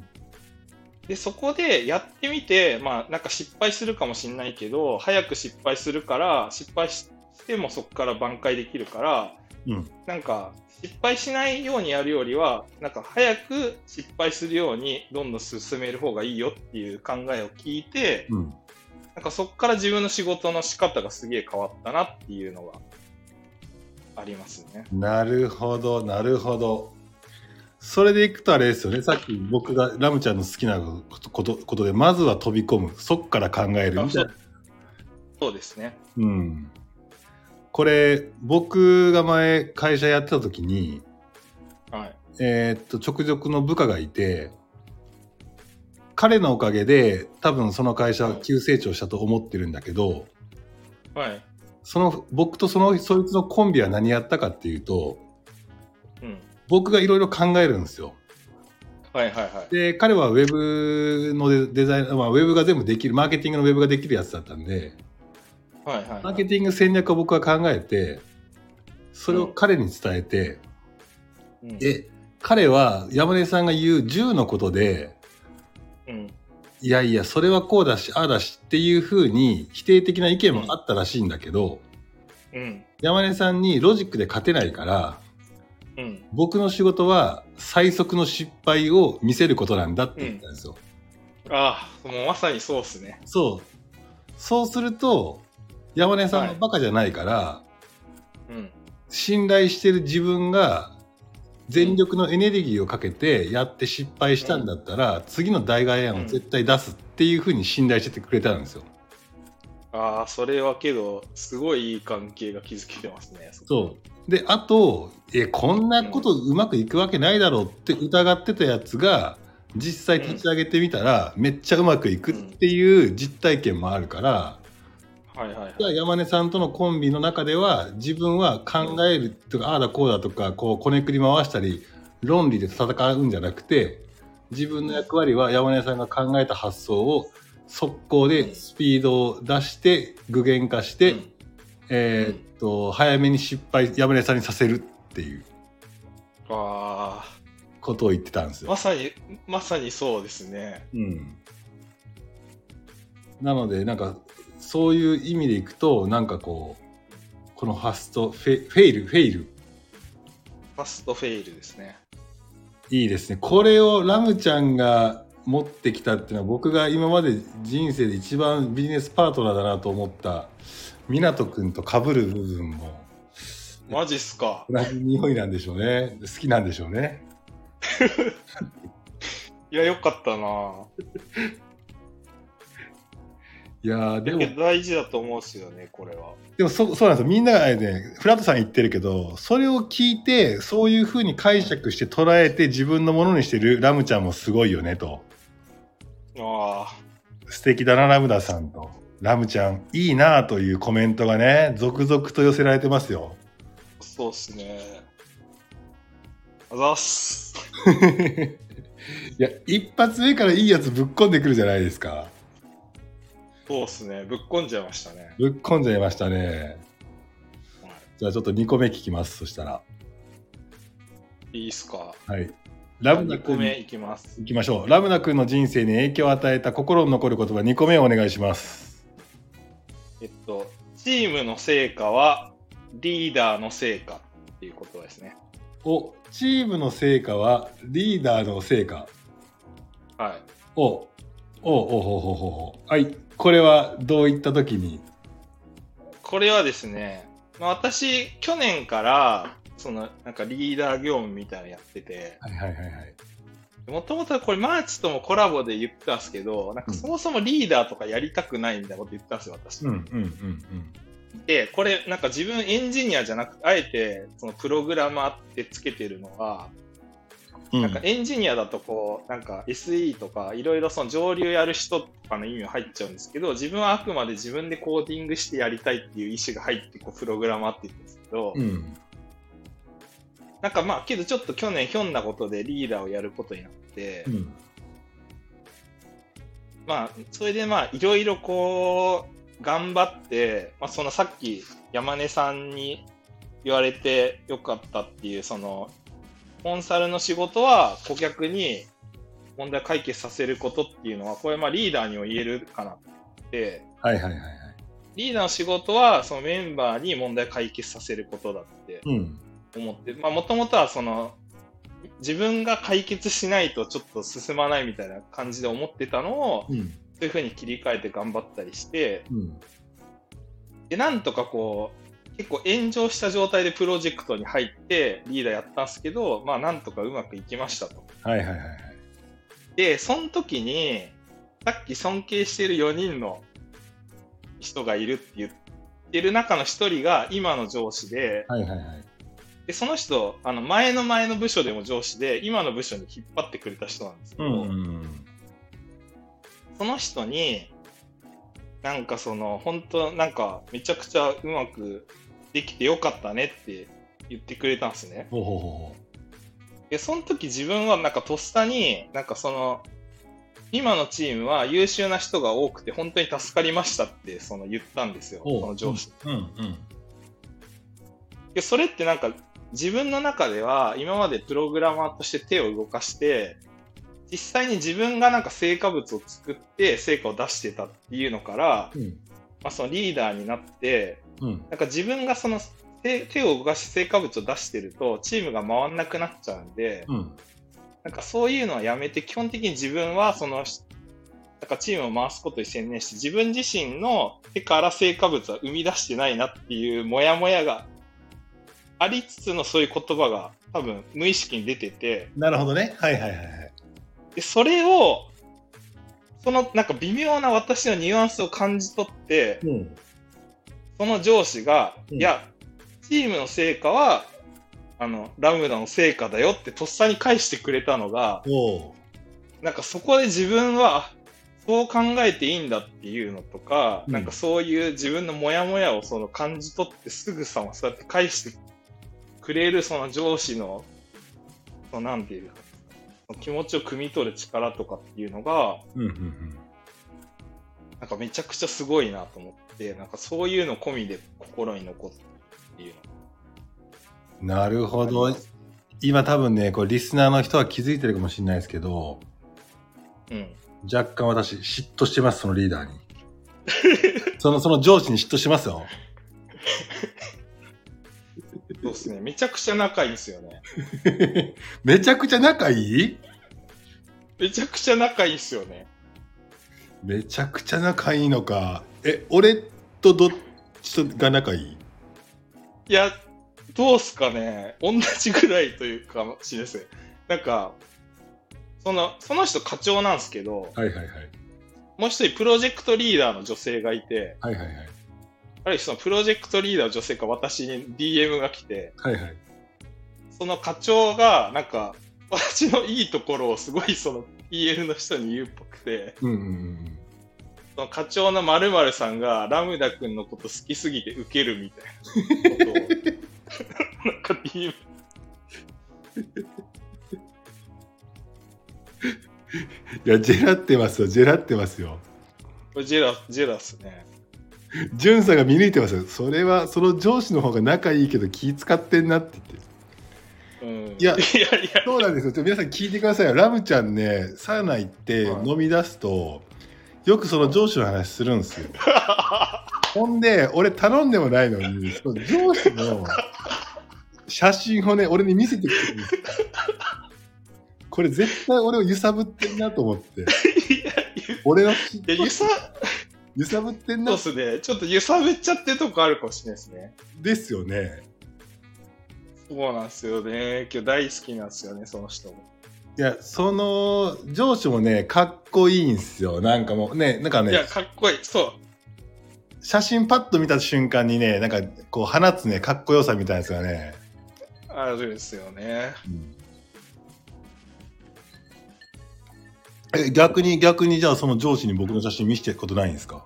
Speaker 2: で、そこでやってみて、まあなんか失敗するかもしんないけど、早く失敗するから、失敗ししてもそこから挽回できるから、
Speaker 1: うん。
Speaker 2: なんか失敗しないようにやるよりは、なんか早く失敗するようにどんどん進める方がいいよっていう考えを聞いて、
Speaker 1: うん。
Speaker 2: なんかそこから自分の仕事の仕方がすげえ変わったなっていうのがありますね。
Speaker 1: なるほど、なるほど。それでいくとあれですよね。さっき僕がラムちゃんの好きなことことことで、まずは飛び込む。そっから考えるみたいな。
Speaker 2: そうですね。
Speaker 1: うん。これ、僕が前会社やってた時に、
Speaker 2: はい。
Speaker 1: えーっと直属の部下がいて彼のおかげで多分その会社は急成長したと思ってるんだけど
Speaker 2: はい。
Speaker 1: その僕とそのそいつのコンビは何やったかっていうと
Speaker 2: うん。
Speaker 1: 僕がいろいろ考えるんですよ。
Speaker 2: はいはいはい。
Speaker 1: で彼はウェブのデデザイナー、まあ、ウェブが全部できるマーケティングのウェブができるやつだったんで
Speaker 2: はいはい、
Speaker 1: マ
Speaker 2: は
Speaker 1: ーケ
Speaker 2: い。
Speaker 1: ティング戦略を僕は考えてそれを彼に伝えて、
Speaker 2: うん
Speaker 1: で彼は山根さんが言う10のことで
Speaker 2: うん。
Speaker 1: いやいや、それはこうだし、ああだしっていうふうに否定的な意見もあったらしいんだけど、
Speaker 2: うん。
Speaker 1: 山根さんにロジックで勝てないから、
Speaker 2: うん。
Speaker 1: 僕の仕事は最速の失敗を見せることなんだって言ったんですよ。
Speaker 2: ああ、もうまさにそうっすね。
Speaker 1: そう。そうすると、山根さんはバカじゃないから、
Speaker 2: うん。
Speaker 1: 信頼してる自分が全力のエネルギーをかけてやって失敗したんだったら、次の代替案を絶対出すっていうふうに信頼しててくれたんですよ。
Speaker 2: ああ、それはけど、すごいいい関係が築けてますね。
Speaker 1: そう。で、あと、え、こんなことうまくいくわけないだろうって疑ってたやつが、実際立ち上げてみたら、めっちゃうまくいくっていう実体験もあるから、
Speaker 2: はいはいはい。
Speaker 1: じゃあ山根さんとのコンビの中では、自分は考えるとか、ああだこうだとか、こう、こねくり回したり、論理で戦うんじゃなくて、自分の役割は山根さんが考えた発想を、速攻でスピードを出して、具現化して、
Speaker 2: うん
Speaker 1: えーっと、早めに失敗、山根さんにさせるっていう
Speaker 2: あ
Speaker 1: ことを言ってたんです
Speaker 2: あ、
Speaker 1: よ
Speaker 2: ま。さに、まさにそうですね。
Speaker 1: うん。なので、なんか、そういう意味でいくと、なんかこう、このファスト、フェフェイル、フェイル、
Speaker 2: ファストフェイルですね。
Speaker 1: いいですね。これをラムちゃんが持ってきたっていうのは、僕が今まで人生で一番ビジネスパートナーだなと思った、湊くんと被る部分も、
Speaker 2: マジっすか。
Speaker 1: 同じ匂いなんでしょうね。好きなんでしょうね。
Speaker 2: いや、よかったない
Speaker 1: やーでも
Speaker 2: いや大事だと思うっすよね、これは。
Speaker 1: でもそそうなんですよみんながねフラットさん言ってるけどそれを聞いてそういうふうに解釈して捉えて自分のものにしてるラムちゃんもすごいよねと
Speaker 2: あ
Speaker 1: 素敵だなラムダさんとラムちゃんいいなあというコメントがね続々と寄せられてますよ
Speaker 2: あ、そうっすね。あざっす。
Speaker 1: いや一発目からいいやつぶっこんでくるじゃないですか
Speaker 2: そうっすね。ぶっこんじゃいましたね。
Speaker 1: ぶっこんじゃいましたね
Speaker 2: はい
Speaker 1: じゃあちょっと2個目聞きますそしたら
Speaker 2: いいっすか。
Speaker 1: はい。ラブナ
Speaker 2: 2個
Speaker 1: 君
Speaker 2: 目いきます。
Speaker 1: いきましょう。ラブナ君の人生に影響を与えた心に残る言葉2個目をお願いします。
Speaker 2: えっと、チームの成果はリーダーの成果っていうことですね。
Speaker 1: お、チームの成果はリーダーの成果。
Speaker 2: はい。
Speaker 1: お、お、お、ほほほほ。はい。これはどういった時に
Speaker 2: これはですね、まあ、私、去年から、その、なんかリーダー業務みたいなのやってて、
Speaker 1: はいはいはいはい。
Speaker 2: もともとこれマーチともコラボで言ってたんですけど、なんかそもそもリーダーとかやりたくないみたいなこと言ってたんですよ、私。
Speaker 1: うんうんうん
Speaker 2: で、これなんか自分エンジニアじゃなくて、あえてそのプログラマーってつけてるのは、
Speaker 1: うん。
Speaker 2: なんかエンジニアだとこう、なんか SE とかいろいろその上流やる人とかの意味が入っちゃうんですけど、自分はあくまで自分でコーディングしてやりたいっていう意思が入って、こうプログラマーって言うんですけど、
Speaker 1: うん。
Speaker 2: なんかまあ、けどちょっと去年ひょんなことでリーダーをやることになって、
Speaker 1: うん。
Speaker 2: まあ、それでまあ、いろいろこう、頑張って、まあ、そのさっき山根さんに言われてよかったっていう、その、コンサルの仕事は顧客に問題解決させることっていうのは、これまあリーダーにも言えるかなって、
Speaker 1: はいはいはいはい。
Speaker 2: リーダーの仕事はそのメンバーに問題解決させることだって
Speaker 1: うん。
Speaker 2: 思って、まあもともとはその、自分が解決しないとちょっと進まないみたいな感じで思ってたのを、
Speaker 1: うん。
Speaker 2: そういうふうに切り替えて頑張ったりして、
Speaker 1: うん。
Speaker 2: で、なんとかこう、結構炎上した状態でプロジェクトに入ってリーダーやったんですけど、まあなんとかうまくいきましたと。
Speaker 1: はいはいはいはい。
Speaker 2: で、その時に、さっき尊敬してる4人の人がいるって言ってる中の1人が今の上司で、
Speaker 1: はいはいはい。
Speaker 2: でその人、あの前の前の部署でも上司で、今の部署に引っ張ってくれた人なんですけ
Speaker 1: う
Speaker 2: ど、
Speaker 1: んうん。
Speaker 2: その人に、なんかその、本当なんか、めちゃくちゃうまくできてよかったねって言ってくれたんですね。
Speaker 1: ほうほうほうほ
Speaker 2: で、その時自分はなんかとっさに、なんかその、今のチームは優秀な人が多くて本当に助かりましたってその言ったんですよ、
Speaker 1: おう
Speaker 2: その上司。
Speaker 1: う。うんうん。
Speaker 2: で、それってなんか自分の中では今までプログラマーとして手を動かして、実際に自分がなんか成果物を作って成果を出してたっていうのから、
Speaker 1: うん。
Speaker 2: まあ、そのリーダーになって、
Speaker 1: うん。
Speaker 2: なんか自分がその手手を動かして成果物を出してると、チームが回んなくなっちゃうんで、
Speaker 1: うん。
Speaker 2: なんかそういうのはやめて、基本的に自分はその、なんかチームを回すことに専念して、自分自身の手から成果物は生み出してないなっていうモヤモヤがありつつのそういう言葉が多分無意識に出てて、
Speaker 1: なるほどね。はいはいはいはい。
Speaker 2: で、それを、そのなんか微妙な私のニュアンスを感じ取って、
Speaker 1: うん。
Speaker 2: その上司が、
Speaker 1: うん
Speaker 2: いや、チームの成果は、あの、ラムダの成果だよってとっさに返してくれたのが、
Speaker 1: おう。
Speaker 2: なんかそこで自分は、あそう考えていいんだっていうのとか、
Speaker 1: うん
Speaker 2: なんかそういう自分のモヤモヤをその感じ取ってすぐさまそうやって返してくれるその上司の、そのなんていうか、気持ちを汲み取る力とかっていうのが、
Speaker 1: うんうんうん。
Speaker 2: なんかめちゃくちゃすごいなと思って、なんかそういうの込みで心に残ったっていうの
Speaker 1: なるほど。今多分ね、こうリスナーの人は気づいてるかもしれないですけど、
Speaker 2: うん。
Speaker 1: 若干私、嫉妬してます、そのリーダー に。その、その上司に嫉妬してますよ。
Speaker 2: そうですね。めちゃくちゃ仲いいんですよね。
Speaker 1: めちゃくちゃ仲いい
Speaker 2: めちゃくちゃ仲いいんですよね。
Speaker 1: めちゃくちゃ仲いいのか。え、俺とどっちとが仲いい
Speaker 2: いや、どうすかね。同じぐらいというかもしれないですね。なんか、その、その人課長なんですけど、
Speaker 1: はいはいはい。
Speaker 2: もう一人プロジェクトリーダーの女性がいて、
Speaker 1: はいはいはい。
Speaker 2: ある日そのプロジェクトリーダーの女性から私に DM が来て、
Speaker 1: はいはい。
Speaker 2: その課長が、なんか、私のいいところをすごいその PL の人に言うっぽくて、
Speaker 1: うんうんうん
Speaker 2: その課長の〇〇さんがラムダ君のこと好きすぎてウケるみた いなことを、なんか DM
Speaker 1: うん。いや、ジェラってますよ、ジェラってますよ。
Speaker 2: ジェラ、ジェラっすね。
Speaker 1: ジュンさんが見抜いてますよ。それは、その上司の方が仲いいけど気使ってんなって言って。
Speaker 2: うん、
Speaker 1: いや
Speaker 2: いやいや、
Speaker 1: そうなんですよ。ちょ皆さん聞いてくださいよ。ラムちゃんね、サウナ行って
Speaker 2: はい
Speaker 1: 飲み出すと、よくその上司の話するんですよ。ほんで、俺頼んでもないのに、その上司の写真をね、俺に見せてくれるんですよ。これ絶対俺を揺さぶってんなと思って。俺の嫉
Speaker 2: い
Speaker 1: 妬
Speaker 2: や揺さ
Speaker 1: 揺さぶってん
Speaker 2: そう
Speaker 1: な
Speaker 2: っすね。ちょっと揺さぶっちゃってるとこあるかもしれないですね。
Speaker 1: ですよね。
Speaker 2: そうなんですよね。今日大好きなんですよね、その人も。
Speaker 1: いや、その上司もね、かっこいいんですよ。なんかもうね、なんかね、
Speaker 2: いや、かっこいい。そ
Speaker 1: 写真パッと見た瞬間にねなんかこう放つねかっこよさみたいなやつがね、
Speaker 2: う、あるんですよね。
Speaker 1: え逆に逆にじゃあその上司に僕の写真見せてることないんですか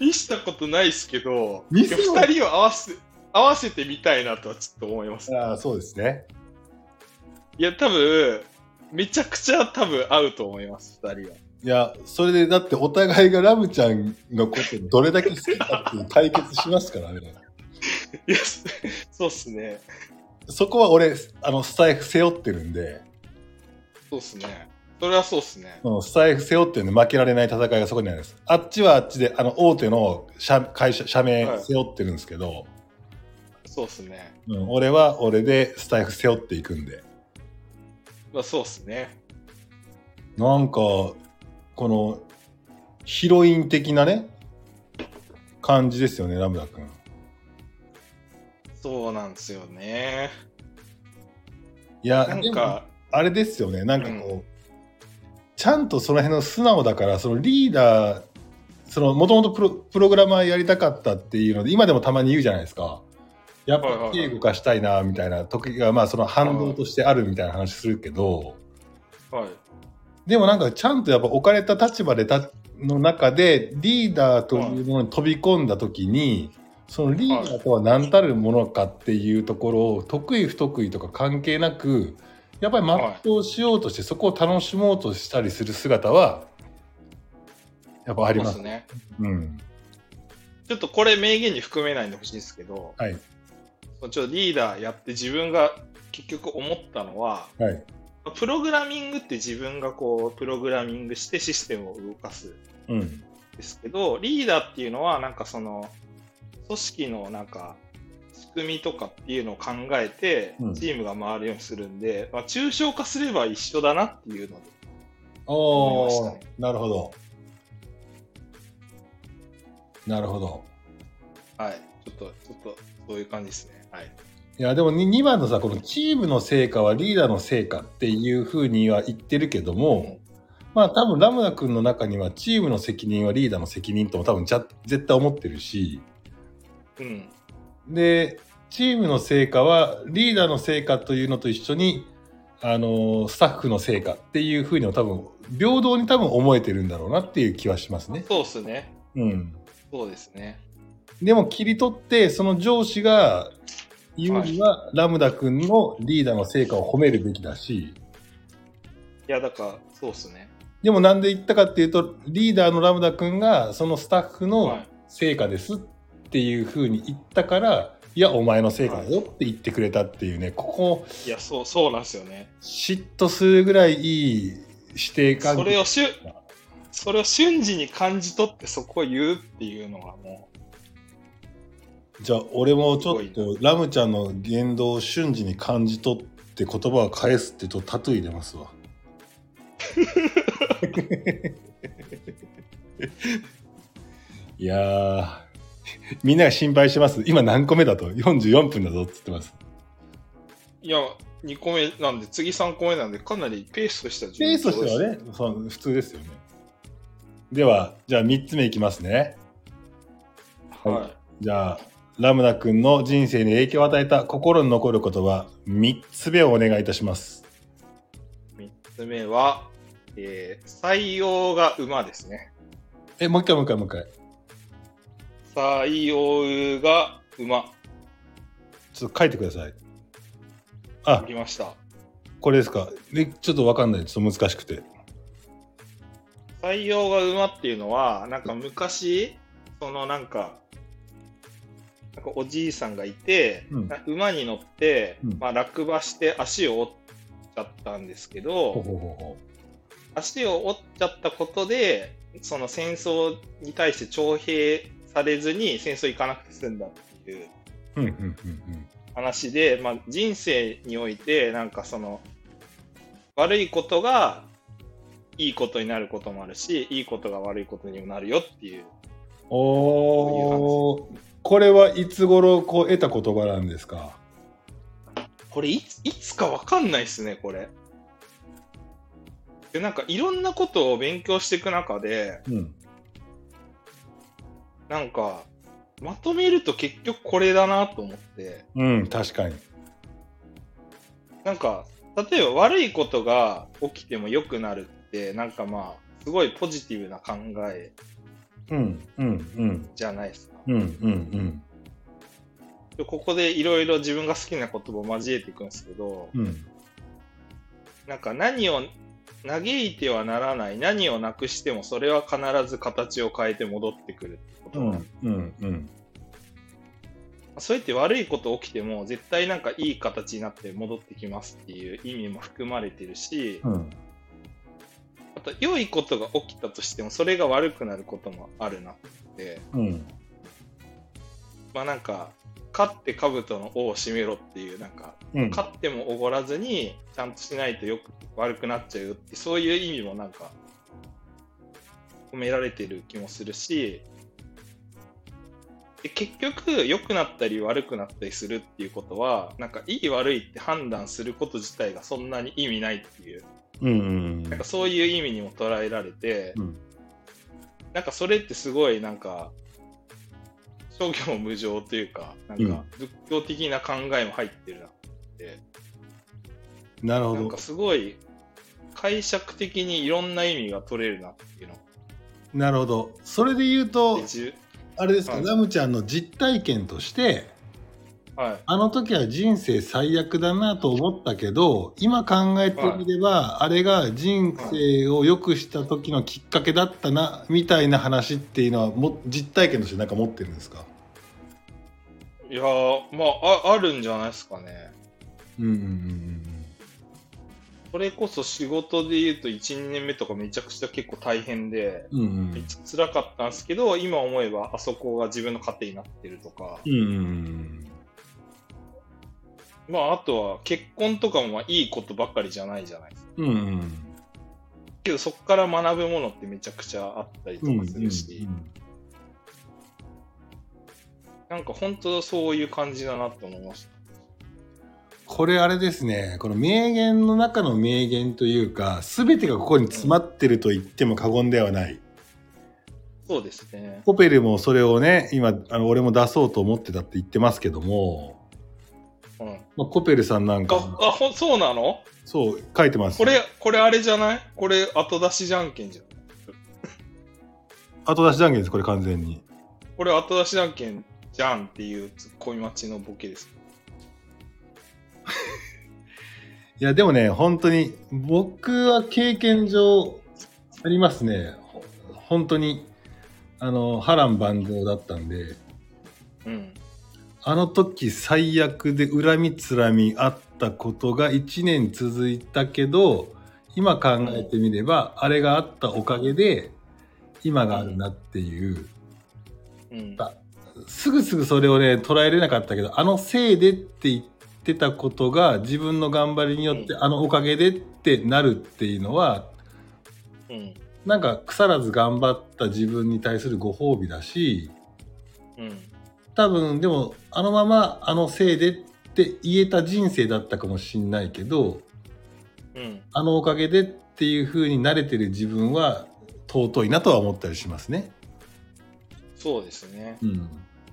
Speaker 2: 見したことないですけど、
Speaker 1: 見
Speaker 2: 二
Speaker 1: せろ
Speaker 2: 人を合わせ、合わせてみたいなとはちょっと思います。
Speaker 1: ああそうですね
Speaker 2: いや、多分、めちゃくちゃ多分合うと思います、二人は。
Speaker 1: いやそれでだってお互いがラムちゃんのことどれだけ好きかっていう対決しますからね
Speaker 2: いや、そうっすね。
Speaker 1: そこは俺あのスタイフ背負ってるんで、
Speaker 2: そうっすね。それはそうっすね。
Speaker 1: うん、スタイフ背負ってるんで負けられない戦いがそこにあるんですあっちはあっちであの大手の社会社社名背負ってるんですけど、
Speaker 2: そうっすね。
Speaker 1: うん、俺は俺でスタイフ背負っていくんで
Speaker 2: まあ、そうっすね。
Speaker 1: なんかこのヒロイン的なね感じですよねラムダ君
Speaker 2: そうなんですよね。
Speaker 1: いや
Speaker 2: なん
Speaker 1: でも
Speaker 2: か、
Speaker 1: あれですよねなんかこう、ちゃんとその辺の素直だからそのリーダーそのもともとプロプログラマーやりたかったっていうので今でもたまに言うじゃないですかやっ
Speaker 2: はいはいは
Speaker 1: ぱ
Speaker 2: い
Speaker 1: 手動かしたいなみたいな時がまあその反動としてあるみたいな話するけど、
Speaker 2: はい。
Speaker 1: でもなんかちゃんとやっぱ置かれた立場でたの中でリーダーというものに飛び込んだ時に、そのリーダーとは何たるものかっていうところを得意不得意とか関係なくやっぱり全うしようとしてそこを楽しもうとしたりする姿はやっぱあり
Speaker 2: そう
Speaker 1: ま
Speaker 2: っ
Speaker 1: す
Speaker 2: す。ね。
Speaker 1: うん、
Speaker 2: ちょっとこれ名言に含めないんでほしいんですけど、
Speaker 1: はい
Speaker 2: ちょっとリーダーやって自分が結局思ったのは、
Speaker 1: はい
Speaker 2: プログラミングって自分がこう、プログラミングしてシステムを動かすん
Speaker 1: うん、
Speaker 2: ですけど、リーダーっていうのはなんかその、組織のなんか、仕組みとかっていうのを考えて
Speaker 1: うん、
Speaker 2: チームが回るようにするんで、まあ、抽象化すれば一緒だなっていうので、
Speaker 1: お
Speaker 2: 思いま
Speaker 1: お、
Speaker 2: したね
Speaker 1: なるほどなるほど
Speaker 2: はい。ちょっと、ちょっと、そういう感じですね。はい。
Speaker 1: いやでも 2, 番のさこのチームの成果はリーダーの成果っていうふうには言ってるけども、まあ多分ラムダ君の中にはチームの責任はリーダーの責任とも多分ちゃ絶対思ってるし
Speaker 2: うん。
Speaker 1: でチームの成果はリーダーの成果というのと一緒にあのスタッフの成果っていうふうにも多分平等に多分思えてるんだろうなっていう気はしますね。
Speaker 2: そうですね。
Speaker 1: うん、
Speaker 2: そうですね。
Speaker 1: でも切り取ってその上司が言うには、ラムダ君のリーダーの成果を褒めるべきだし。
Speaker 2: いや、だから、そうですね。
Speaker 1: でもなんで言ったかっていうとリーダーのラムダ君がそのスタッフ
Speaker 2: は
Speaker 1: の
Speaker 2: い
Speaker 1: 成果ですっていうふうに言ったから、い、やお前の成果だよって言ってくれたっていうねここ
Speaker 2: いや、そう、そうなんですよね。
Speaker 1: 嫉妬するぐらいいい指定関係
Speaker 2: それをしゅ、それを瞬時に感じ取ってそこを言うっていうのはも
Speaker 1: じゃあ俺もちょっとラムちゃんの言動を瞬時に感じ取って言葉を返すってとタトゥー入れますわいやーみんなが心配してます今何個目だと44分だぞっつってます
Speaker 2: う、いや、2個目なんで、次3個目なんで、かなりペースとしては
Speaker 1: ペースとしては
Speaker 2: ね。
Speaker 1: ねそう普通ですよねではじゃあ3つ目いきますね
Speaker 2: は
Speaker 1: じゃあラムダ君の人生に影響を与えた心に残る言葉3つ目をお願いいたします
Speaker 2: い。3つ目は、えー採用が馬ですね。
Speaker 1: え、もう一回もう一回もう一回。
Speaker 2: 採用が馬、
Speaker 1: ちょっと書いてください。
Speaker 2: あ
Speaker 1: あ、
Speaker 2: りました。
Speaker 1: これですか。で、ちょっとわかんない。ちょっと難しくて。
Speaker 2: 採用が馬っていうのは、なんか昔、そのなんか、なんかおじいさんがいて、
Speaker 1: うん
Speaker 2: な馬に乗って、
Speaker 1: うん
Speaker 2: まあ、落馬して足を折っちゃったんですけど、
Speaker 1: ほうほうほうほ
Speaker 2: 足を折っちゃったことでその戦争に対して徴兵されずに戦争行かなくて済んだっていう
Speaker 1: う。うんうんうん
Speaker 2: 話で、まあ、人生においてなんかその悪いことがいいことになることもあるしいいことが悪いことにもなるよっていう
Speaker 1: うん。おお。これはいつ頃こう得た言葉なんですか。
Speaker 2: これいついつかわかんないですねこれ。でなんかいろんなことを勉強していく中で
Speaker 1: うん。
Speaker 2: なんかまとめると結局これだなと思って。
Speaker 1: うん、確かに。
Speaker 2: なんか、例えば悪いことが起きても良くなるって、なんかまあ、すごいポジティブな考え
Speaker 1: うんうんうん
Speaker 2: じゃないですか。
Speaker 1: うんうん
Speaker 2: でここでいろいろ自分が好きな言葉を交えていくんですけど、
Speaker 1: うんうん。
Speaker 2: なんか何を嘆いてはならない、何をなくしてもそれは必ず形を変えて戻ってくるってこと、
Speaker 1: うんうんうん。
Speaker 2: そうやって悪いこと起きても絶対なんかいい形になって戻ってきますっていう意味も含まれてるし、
Speaker 1: うん。
Speaker 2: あと良いことが起きたとしてもそれが悪くなることもあるなって。
Speaker 1: うん。
Speaker 2: まあなんか、勝って兜の尾を締めろっていう、なんか、
Speaker 1: うん。
Speaker 2: 勝ってもおごらずに、ちゃんとしないとよく悪くなっちゃうよって、そういう意味もなんか、込められてる気もするし、で結局、良くなったり悪くなったりするっていうことは、なんか、いい悪いって判断すること自体がそんなに意味ないっていう、
Speaker 1: うん。
Speaker 2: なんかそういう意味にも捉えられて、なんかそれってすごいなんか商業無常というかなんか仏教的な考えも入ってるなって、
Speaker 1: なるほ
Speaker 2: なん
Speaker 1: ど
Speaker 2: か。すごい解釈的にいろんな意味が取れるなっていうの
Speaker 1: なるほど。それで言うと
Speaker 2: で、じゅ
Speaker 1: あれですか、
Speaker 2: はい
Speaker 1: ラムちゃんの実体験として、
Speaker 2: はい
Speaker 1: あの時は人生最悪だなと思ったけど、今考えてみれば、あれが人生を良くした時のきっかけだったな、みたいな話っていうのはも、実体験としてなんか持ってるんですか
Speaker 2: いやーまあああるんじゃないですかね
Speaker 1: うんうんうん
Speaker 2: それこそ仕事で言うと12年目とかめちゃくちゃ結構大変で
Speaker 1: うん。うんう
Speaker 2: めっ
Speaker 1: ん
Speaker 2: ちゃ辛かったんですけど今思えばあそこが自分の糧になってるとか
Speaker 1: うんうん
Speaker 2: まああとは結婚とかもまあいいことばかりじゃないじゃないですか
Speaker 1: うん。うんうん
Speaker 2: けどそこから学ぶものってめちゃくちゃあったりとかするし、なんか本当そういう感じだなと思いまし
Speaker 1: これあれですねこの名言の中の名言というか全てがここに詰まってると言っても過言ではない
Speaker 2: たそうですね
Speaker 1: コペルもそれをね今あの俺も出そうと思ってたって言ってますけども、
Speaker 2: うんあ
Speaker 1: まあ、コペルさんなん
Speaker 2: あ
Speaker 1: か
Speaker 2: ほんそうなの
Speaker 1: そう書いてます
Speaker 2: これこれあれじゃないこれ後出しじゃんけんじゃん
Speaker 1: 後出し断言ですこれ完全に
Speaker 2: これ後出しじゃんけんじゃんっていうツッコミ待ちのボケです
Speaker 1: いやでもね本当に僕は経験上ありますねほ本当にあの波乱万丈だったんで
Speaker 2: うん
Speaker 1: あの時最悪で恨みつらみあったことが1年続いたけど今考えてみれば、あれがあったおかげで今があるなっていう、
Speaker 2: うん
Speaker 1: あすぐすぐそれをね捉えれなかったけどあのせいでって言ってたことが自分の頑張りによって、
Speaker 2: う
Speaker 1: あのおかげでってなるっていうのは
Speaker 2: うん
Speaker 1: なんか腐らず頑張った自分に対するご褒美だし
Speaker 2: うん
Speaker 1: 多分でもあのままあのせいでって言えた人生だったかもしんないけど
Speaker 2: うん
Speaker 1: あのおかげでっていう風に慣れてる自分は尊いなとは思ったりしますね、
Speaker 2: そうですね
Speaker 1: うん、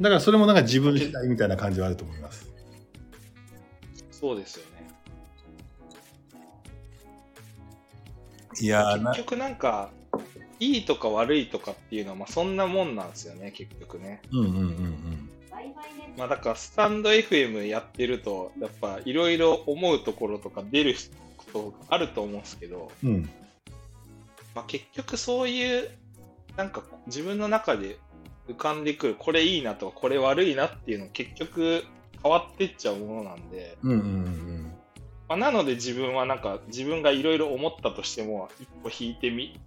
Speaker 1: だからそれもなんか自分次第みたいな感じはあると思います
Speaker 2: そうですよね
Speaker 1: いやーな
Speaker 2: 結局なんかいいとか悪いとかっていうのはまあそんなもんなんですよね結局ね
Speaker 1: うんうんうんうん
Speaker 2: まあだからスタンド FM やってるとやっぱいろいろ思うところとか出ることがあると思うんですけど、
Speaker 1: うん
Speaker 2: まあ、結局そういうなんか自分の中で浮かんでくる、これいいなとか、これ悪いなっていうの、結局変わってっちゃうものなんで、
Speaker 1: うんうんうん
Speaker 2: まあ、なので自分はなんか、自分がいろいろ思ったとしても、一歩引いてみ、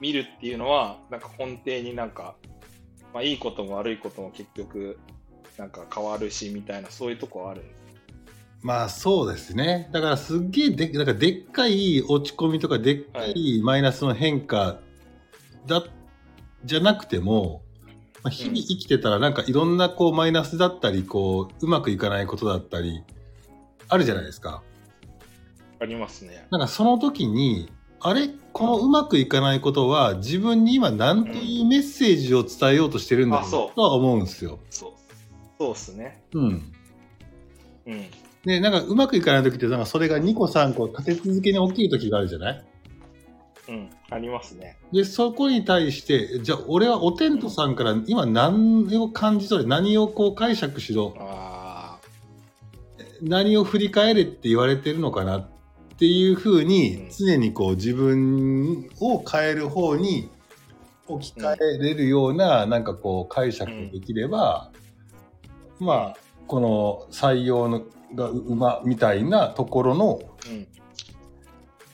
Speaker 2: 見るっていうのは、なんか根底になんか、まあ、いいことも悪いことも結局、なんか変わるし、みたいな、そういうとこはある。
Speaker 1: まあそうですね。だからすっげえでなんかでっかい落ち込みとかでっか
Speaker 2: はい
Speaker 1: マイナスの変化だ、じゃなくても、まあ、日々生きてたらなんかいろんなこうマイナスだったりこううまくいかないことだったりあるじゃないですか。
Speaker 2: ありますね。
Speaker 1: なんかその時にあれこのうまくいかないことは自分に今何というメッセージを伝えようとしてるんだ
Speaker 2: あ
Speaker 1: ろ
Speaker 2: そうう
Speaker 1: とは思うんですよ。
Speaker 2: そう。そうっすね。
Speaker 1: うん。
Speaker 2: うん。
Speaker 1: ね、なんかうまくいかない時ってなんかそれが2個3個立て続けに起きる時があるじゃない
Speaker 2: うん。ありますね。
Speaker 1: でそこに対してじゃあ俺はおてんとさんから今何を感じ取れ何をこう解釈しろ
Speaker 2: あ
Speaker 1: 何を振り返れって言われてるのかなっていうふう
Speaker 2: う
Speaker 1: に
Speaker 2: ん
Speaker 1: 常にこう自分を変える方に置き換えれるようななんかこう解釈できれば、
Speaker 2: あ。
Speaker 1: まあこの採用のが馬みたいなところの
Speaker 2: あ。うん。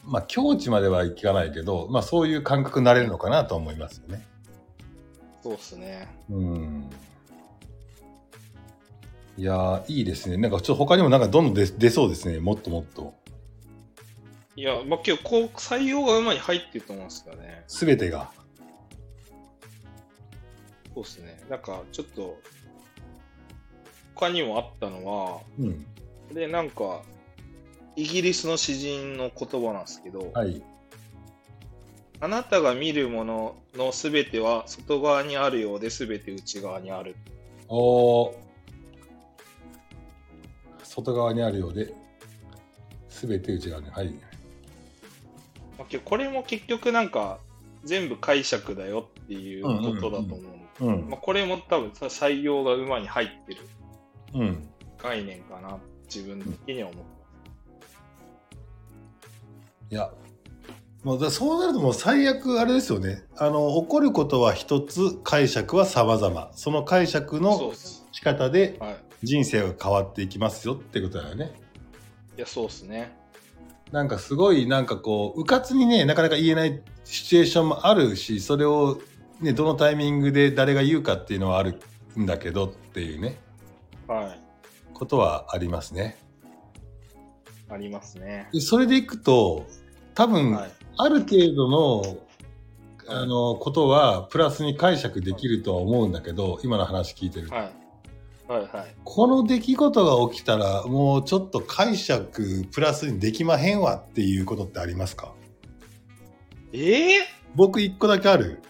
Speaker 1: まあ境地まではいかないけど、まあ、そういう感覚になれるのかなと思いますよね。
Speaker 2: そうっすね。
Speaker 1: うんいやーいいですね。なんかちょっと他にもなんかどんどん出出そうですね。もっともっと。
Speaker 2: いや、まあ、結構、こう採用が馬に入ってると思うんですよね。
Speaker 1: すべてが。
Speaker 2: そうっすね。なんか、ちょっと、他にもあったのは、
Speaker 1: うん。
Speaker 2: で、なんか、イギリスの詩人の言葉なんですけど、
Speaker 1: はい。
Speaker 2: あなたが見るもののすべては外側にあるようですべて内側にある。
Speaker 1: おー外側にあるようで、すべて内側に。はい。
Speaker 2: まあ、けどこれも結局なんか、全部解釈だよっていうことだと思う。
Speaker 1: うん。
Speaker 2: まあ、これも多分さ採用が馬に入ってる
Speaker 1: うん。
Speaker 2: 概念かな、自分的には思ってます。
Speaker 1: いや、もうだそうなるともう最悪あれですよね。あの、起こることは一つ、解釈は様々。その解釈
Speaker 2: そう
Speaker 1: の
Speaker 2: っす。
Speaker 1: 仕方で
Speaker 2: はい。
Speaker 1: 人生が変わっていきますよってことだよね。
Speaker 2: いや、そうっすね。
Speaker 1: なんかすごいなんかこう、うかつにね、なかなか言えないシチュエーションもあるし、それをね、どのタイミングで誰が言うかっていうのはあるんだけどっていうね、
Speaker 2: はい。
Speaker 1: ことはありますね。
Speaker 2: ありますね。
Speaker 1: でそれでいくと、多分、
Speaker 2: はい。
Speaker 1: ある程度の、あの、ことはプラスに解釈できるとは思うんだけど、今の話聞いてると。
Speaker 2: はい。はい。はい。
Speaker 1: この出来事が起きたら、もうちょっと解釈プラスにできまへんわっていうことってありますか
Speaker 2: ええ
Speaker 1: 僕一個だけある。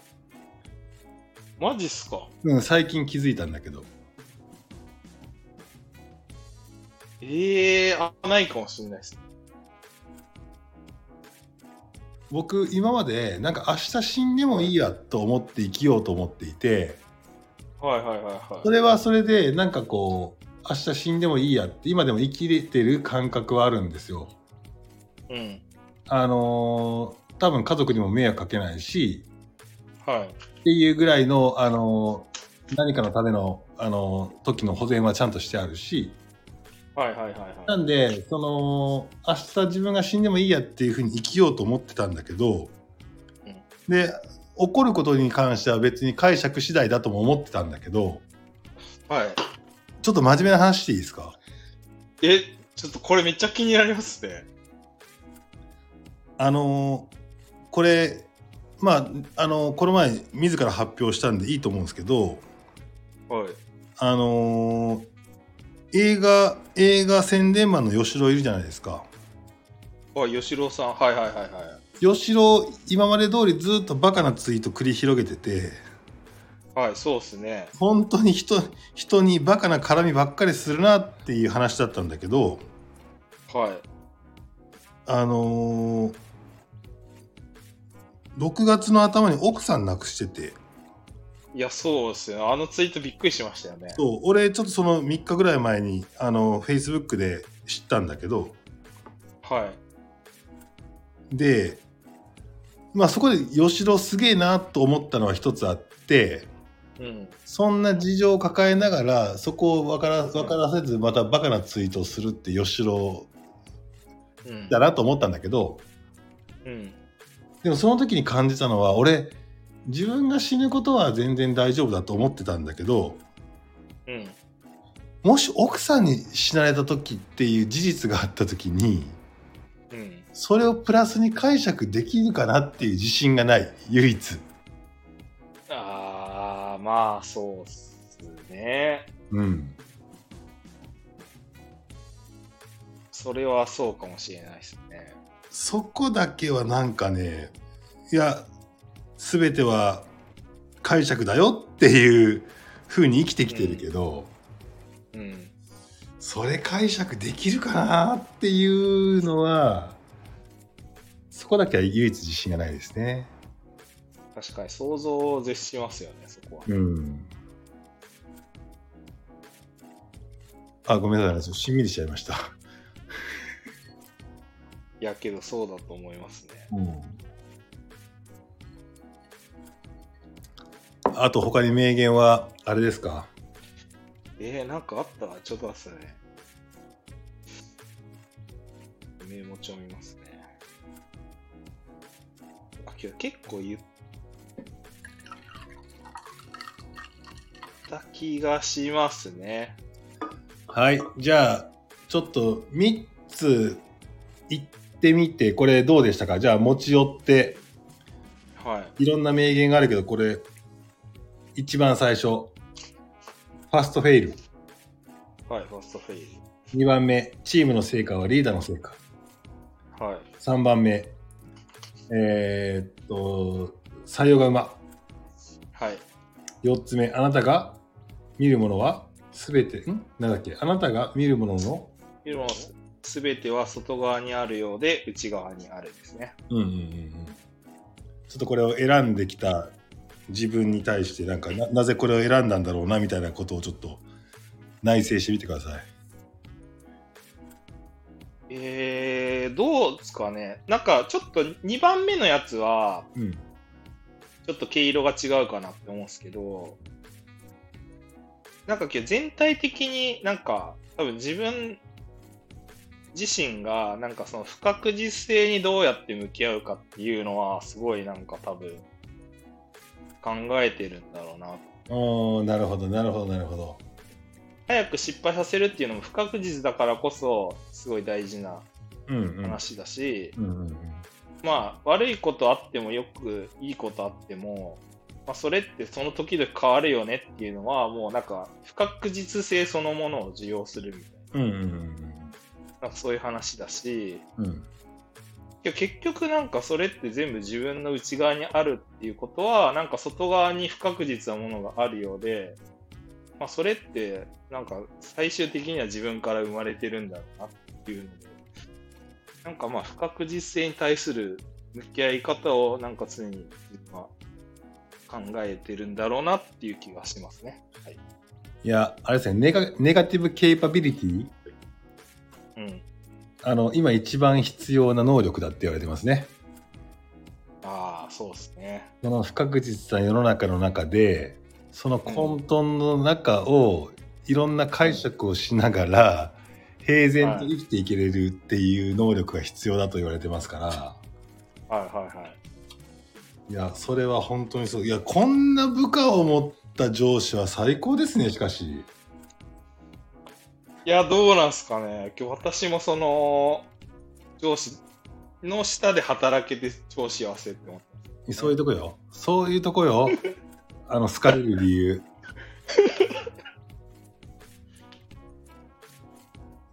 Speaker 2: マジっすか
Speaker 1: うん、最近気づいたんだけど。
Speaker 2: ええあ、ないかもしれないです。
Speaker 1: 僕今までなんか明日死んでもいいやと思って生きようと思っていて
Speaker 2: はいはいはいはい。
Speaker 1: それはそれでなんかこう明日死んでもいいやって今でも生きれてる感覚はあるんですよ。
Speaker 2: うん。
Speaker 1: あのー多分家族にも迷惑かけないし
Speaker 2: はい。
Speaker 1: っていうぐらいの、あのー何かのための、あのー時の保全はちゃんとしてあるし
Speaker 2: はいはいはい
Speaker 1: な
Speaker 2: はい。
Speaker 1: んでその明日自分が死んでもいいやっていうふうに生きようと思ってたんだけど、で起こることに関しては別に解釈次第だとも思ってたんだけど
Speaker 2: はい。
Speaker 1: ちょっと真面目な話していいですか
Speaker 2: え、ちょっとこれめっちゃ気になりますね。
Speaker 1: あのーこれまあ、あのーこの前自ら発表したんでいいと思うんですけど
Speaker 2: はい。
Speaker 1: あのー映画映画宣伝マンの吉郎いるじゃないですか
Speaker 2: あ、吉郎さん。はいはいはいは
Speaker 1: 吉郎今まで通りずっとバカなツイート繰り広げてて
Speaker 2: い。はい、そうっすね。
Speaker 1: 本当に人人にバカな絡みばっかりするなっていう話だったんだけど
Speaker 2: はい。
Speaker 1: あのー、6月の頭に奥さん亡くしてて
Speaker 2: いや、そうっすね。あのツイートびっくりしましたよね。
Speaker 1: そう俺ちょっとその3日ぐらい前にあの Facebook で知ったんだけど
Speaker 2: はい。
Speaker 1: でまあそこで吉郎すげえなと思ったのは一つあって
Speaker 2: うん。
Speaker 1: そんな事情を抱えながらそこを分から分からせずまたバカなツイートをするって吉郎
Speaker 2: うん。
Speaker 1: だなと思ったんだけど
Speaker 2: うん。
Speaker 1: でもその時に感じたのは俺自分が死ぬことは全然大丈夫だと思ってたんだけど
Speaker 2: うん。
Speaker 1: もし奥さんに死なれた時っていう事実があった時に
Speaker 2: うん。
Speaker 1: それをプラスに解釈できるかなっていう自信がない唯一。
Speaker 2: ああ、まあ、そうっすね。
Speaker 1: うん、
Speaker 2: それはそうかもしれないですね。
Speaker 1: そこだけはなんかねいや全ては解釈だよっていう風に生きてきてるけど、
Speaker 2: うん。
Speaker 1: それ解釈できるかなっていうのはそこだけは唯一自信がないですね。
Speaker 2: 確かに想像を絶しますよね、そこは。
Speaker 1: うん、あごめんなさいしんみりしちゃいました。
Speaker 2: いやけど、そうだと思いますね。
Speaker 1: あと他に名言はあれですか
Speaker 2: えー、なんかあったちょっと待ってくださいね。メモ帳見ますね。あ、けど結構言った気がしますね。
Speaker 1: はいじゃあちょっと3つ言ってみてこれどうでしたかじゃあ持ち寄って
Speaker 2: はい。
Speaker 1: いろんな名言があるけどこれ一番最初ファストフェイル
Speaker 2: はい、ファーストフェイ
Speaker 1: 2番目チームの成果はリーダーの成果
Speaker 2: ル。はい。
Speaker 1: 3番目えーっと採用が馬
Speaker 2: はい。
Speaker 1: 4つ目あなたが見るものは全てんなんだっけあなたが見るものの
Speaker 2: でも、すべては外側にあるようで、内側にあるですね。
Speaker 1: うんうんうんうんちょっとこれを選んできた自分に対してなんかななぜこれを選んだんだろうなみたいなことをちょっと内省してみてください
Speaker 2: えー、どうですかね。なんか、ちょっと2番目のやつは、
Speaker 1: うん
Speaker 2: ちょっと毛色が違うかなって思うんですけど、なんか今日全体的になんか多分自分自身がなんかその不確実性にどうやって向き合うかっていうのはすごいなんか多分考えてるんだろうな。
Speaker 1: おーなるほどなるほどなるほど
Speaker 2: 早く失敗させるっていうのも不確実だからこそすごい大事な
Speaker 1: うんうん
Speaker 2: 話だし、
Speaker 1: うんうんうん
Speaker 2: まあ悪いことあってもよくいいことあっても、まあ、それってその時々変わるよねっていうのはもうなんか不確実性そのものを受容するみたい
Speaker 1: うんうん
Speaker 2: ななんかそういう話だし
Speaker 1: うんうん
Speaker 2: いや結局なんかそれって全部自分の内側にあるっていうことはなんか外側に不確実なものがあるようで、まあ、それってなんか最終的には自分から生まれてるんだろうなっていうのでなんかまあ不確実性に対する向き合い方をなんか常に自分は考えてるんだろうなっていう気がしますね。はい、
Speaker 1: いやあれですねネガネガティブケイパビリティ
Speaker 2: うん
Speaker 1: あの今一番必要な能力だって言われてますね
Speaker 2: ああそうですね。
Speaker 1: その不確実な世の中の中でその混沌の中をいろんな解釈をしながら平然と生きていけれるっていう能力が必要だと言われてますから
Speaker 2: はいはいは
Speaker 1: い
Speaker 2: い。
Speaker 1: やそれは本当にそういやこんな部下を持った上司は最高ですねしかし
Speaker 2: いや、どうなんすかね。今日私もその、上司の下で働けて超幸せって思っ
Speaker 1: そういうとこよそういうとこよあの好かれる理由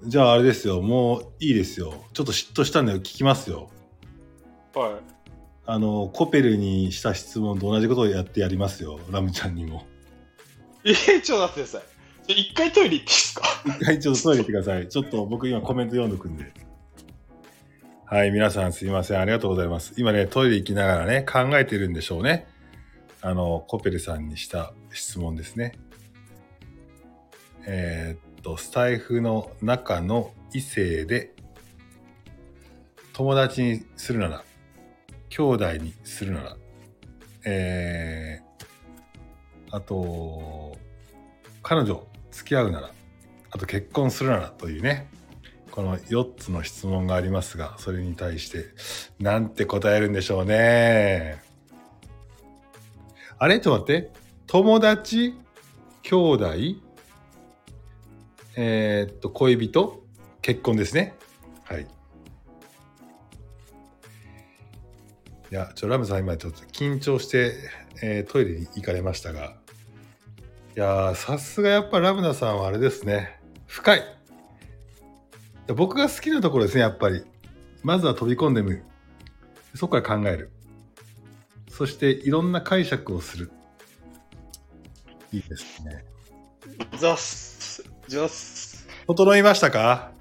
Speaker 1: じゃああれですよもういいですよちょっと嫉妬したんで聞きますよ
Speaker 2: た。はい。
Speaker 1: あのコペルにした質問と同じことをやってやりますよラムちゃんにも
Speaker 2: えー、ちょっと待ってください。一回トイレ行っていいですか
Speaker 1: 一回ちょっとトイレ行ってくださいちょっと僕今コメント読んどくんではい皆さんすいませんありがとうございます今ねトイレ行きながらね考えてるんでしょうねあのコペルさんにした質問ですねえーっとスタイフの中の異性で友達にするなら兄弟にするならえーあと、彼女、付き合うなら、あと結婚するならというね、この4つの質問がありますが、それに対して、なんて答えるんでしょうね。あれちょっと待って。友達、兄弟、えーっと、恋人、結婚ですね。はい。いや、ちょ、ラムさん今ちょっと緊張して、えートイレに行かれましたが。いやー、さすがやっぱラムナさんはあれですね。深い。僕が好きなところですね、やっぱり。まずは飛び込んでみる。そこから考える。そしていろんな解釈をする。いいですね。
Speaker 2: ザッス、ザッス。
Speaker 1: 整いましたか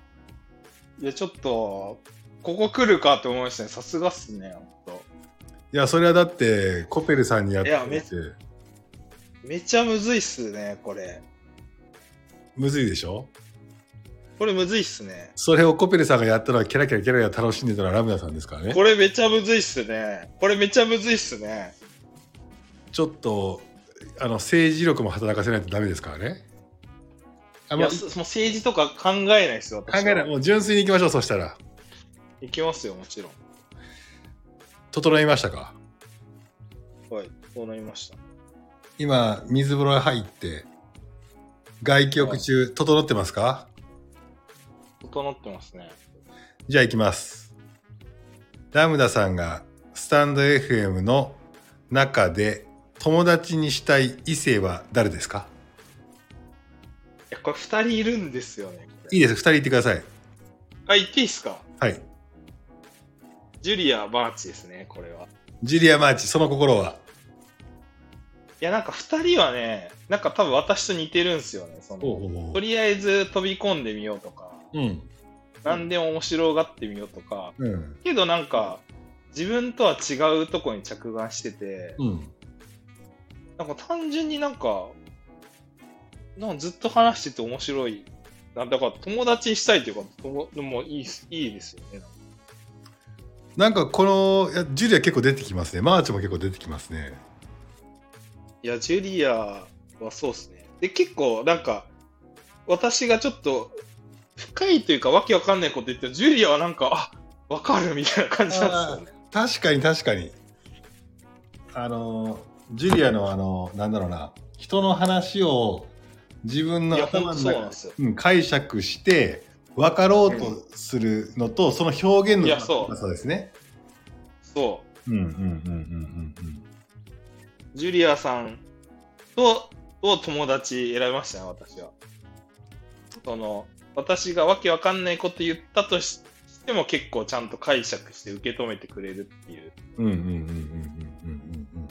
Speaker 2: いや、ちょっと、ここ来るかって思いましたね。さすがっすね、ほんと。
Speaker 1: いや、それはだって、コペルさんにやって
Speaker 2: いやめ
Speaker 1: みて、
Speaker 2: めちゃむずいっすね、これ。
Speaker 1: むずいでしょ
Speaker 2: これむずいっすね。
Speaker 1: それをコペルさんがやったのは、キャラキャラキャラキャラ楽しんでたのはラムダさんですからね
Speaker 2: こ。れめちゃむずいっすね。これめちゃむずいっすね。
Speaker 1: ちょっと、あの、政治力も働かせないとダメですからね。あ
Speaker 2: い
Speaker 1: もう
Speaker 2: や、
Speaker 1: 考
Speaker 2: そもう政治とか考えないですよ、
Speaker 1: えない。もう純粋に行きましょう、そしたら。
Speaker 2: い。いきますよ、もちろん。
Speaker 1: 整いましたか
Speaker 2: はい、こうなりました。
Speaker 1: 今、水風呂入って、外気浴中、整ってますか
Speaker 2: 整ってますね。
Speaker 1: じゃあ行きます。ラムダさんがスタンド FM の中で友達にしたい異性は誰ですか
Speaker 2: いや、これ二人いるんですよね。これ
Speaker 1: いいです。二人言ってください。
Speaker 2: あ、言っていいっすか
Speaker 1: はい。
Speaker 2: ジュリア・バーチですね、これは。い
Speaker 1: ジュリア・マーチ、その心は
Speaker 2: や、なんか二人はね、なんか多分私と似てるんですよね。そのとりあえず飛び込んでみようとか、
Speaker 1: うん。
Speaker 2: 何でも面白がってみようとか、
Speaker 1: うん。
Speaker 2: けどなんか、自分とは違うとこに着眼してて、
Speaker 1: うん。
Speaker 2: なんか単純になんか、なんかずっと話してて面白い。なんだから友達にしたいというか、ともでもいいっすいいですよね。
Speaker 1: なんかこのいや、ジュリア結構出てきますね。マーチも結構出てきますね。
Speaker 2: いや、ジュリアはそうですね。で、結構なんか、私がちょっと深いというか、わけわかんないこと言っても、ジュリアはなんか、あわかるみたいな感じなんですよね。
Speaker 1: 確かに確かに。あの、ジュリアのあの、なんだろうな、人の話を自分の
Speaker 2: いや、ほん
Speaker 1: 頭の
Speaker 2: と
Speaker 1: 中
Speaker 2: そう
Speaker 1: で
Speaker 2: なんですよ。
Speaker 1: うん、解釈して分かろうとするのと、その表現の
Speaker 2: いやそう
Speaker 1: そうですね。
Speaker 2: そう。
Speaker 1: うんうんうんうんうん
Speaker 2: ジュリアさんとを友達選びましたね、私は。その、私がわけわかんないこと言ったとししても結構ちゃんと解釈して受け止めてくれるっていう。
Speaker 1: うん。うんうんうんうんうんうん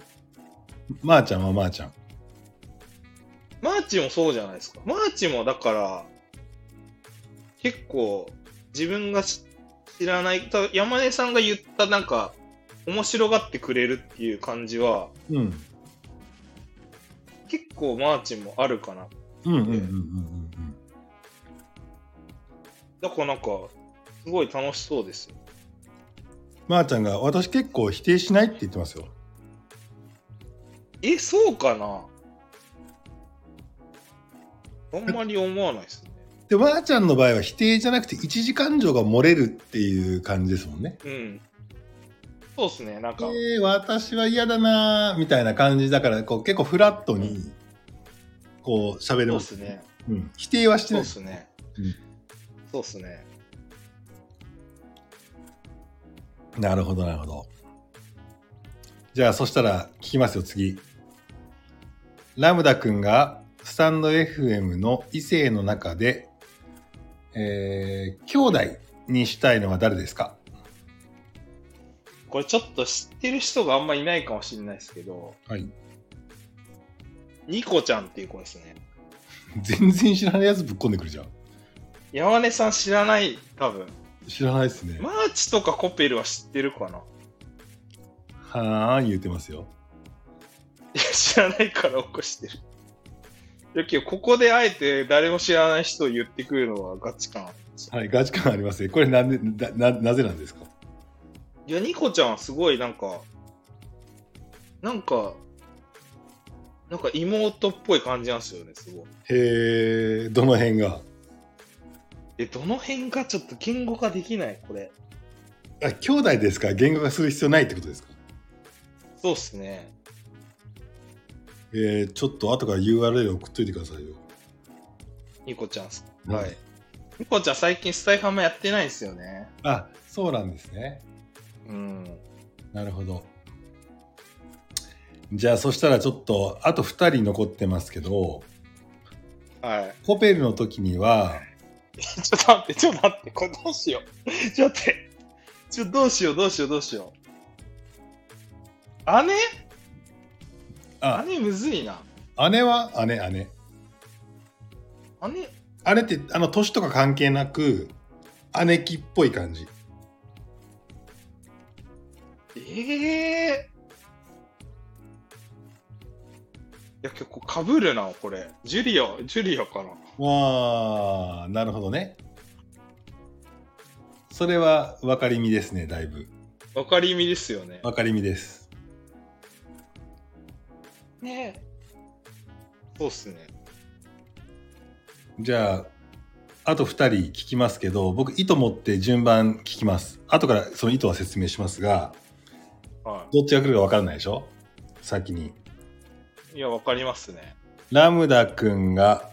Speaker 1: うん。まー、ちゃんはまーちゃん。
Speaker 2: マーチもそうじゃないですか。マーチもだから、結構自分がし知らない、ただ山根さんが言ったなんか、面白がってくれるっていう感じは、
Speaker 1: うん。
Speaker 2: 結構マーチもあるかな
Speaker 1: うんうんうんうんうんうん。
Speaker 2: だからなんか、すごい楽しそうですよ。
Speaker 1: まー、ちゃんが私結構否定しないって言ってますよ。
Speaker 2: え、そうかなあんまり思わないですね。
Speaker 1: で、まー、ちゃんの場合は否定じゃなくて一時感情が漏れるっていう感じですもんね。
Speaker 2: うん。そうですね、なんか、
Speaker 1: えー、私は嫌だなーみたいな感じだから、こう結構フラットに、こう喋れ
Speaker 2: そう
Speaker 1: ま。
Speaker 2: ですすね。
Speaker 1: うん。否定はして
Speaker 2: そう
Speaker 1: ない
Speaker 2: で。すね
Speaker 1: うん。
Speaker 2: そうですね。
Speaker 1: なるほど、なるほど。じゃあ、そしたら聞きますよ、次。ラムダ君がスタンド FM の異性の中で、えー、兄弟にしたいのは誰ですか
Speaker 2: これちょっと知ってる人があんまいないかもしれないですけど、
Speaker 1: はい。
Speaker 2: ニコちゃんっていう子ですね。
Speaker 1: 全然知らないやつぶっこんでくるじゃん。
Speaker 2: 山根さん知らない、多分。
Speaker 1: 知らないですね。
Speaker 2: マーチとかコペルは知ってるかない
Speaker 1: はーん、言ってますよ。
Speaker 2: や、知らないから起こしてる。いやけど、ここであえて誰も知らない人を言ってくるのはガチかな。
Speaker 1: はい、ガチ感ありますね。これなんで、な、ななぜなんですか
Speaker 2: いや、ニコちゃんはすごいなんか、なんか、なんか妹っぽい感じなんですよね、すごい。
Speaker 1: へえ、どの辺が
Speaker 2: え、どの辺かちょっと言語化できない、これ。
Speaker 1: あ兄弟ですか言語化する必要ないってことですか
Speaker 2: そうっすね。
Speaker 1: えー、ちょっと後から URL 送っといてくださいよ。
Speaker 2: ニコちゃんっすか。
Speaker 1: はい。
Speaker 2: ニコちゃん最近スタイファンもやってないんですよね。
Speaker 1: あ、そうなんですね。
Speaker 2: うん。
Speaker 1: なるほど。じゃあそしたらちょっとあと2人残ってますけど
Speaker 2: はい。
Speaker 1: コペルの時には
Speaker 2: ちょっと待って、ちょっと待って、これどうしよう。ちょっと待って。ちょ、どうしよう、どうしよう、どうしよう。姉
Speaker 1: あ
Speaker 2: 姉むずいな。
Speaker 1: 姉は姉姉
Speaker 2: 姉
Speaker 1: 姉ってあの年とか関係なく姉貴っぽい感じ
Speaker 2: ええいや、結構かぶるな、これ。ジュリア、ジュリアかな。
Speaker 1: わあなるほどねそれは分かりみですねだいぶ
Speaker 2: わかりみですよね。
Speaker 1: 分かりみです
Speaker 2: ねそうっすね。
Speaker 1: じゃああと2人聞きますけど僕意図持って順番聞きます後からその意図は説明しますが
Speaker 2: は
Speaker 1: どっちが来るか分からないでしょ先に
Speaker 2: い。いや、わかりますね。
Speaker 1: ラムダくんが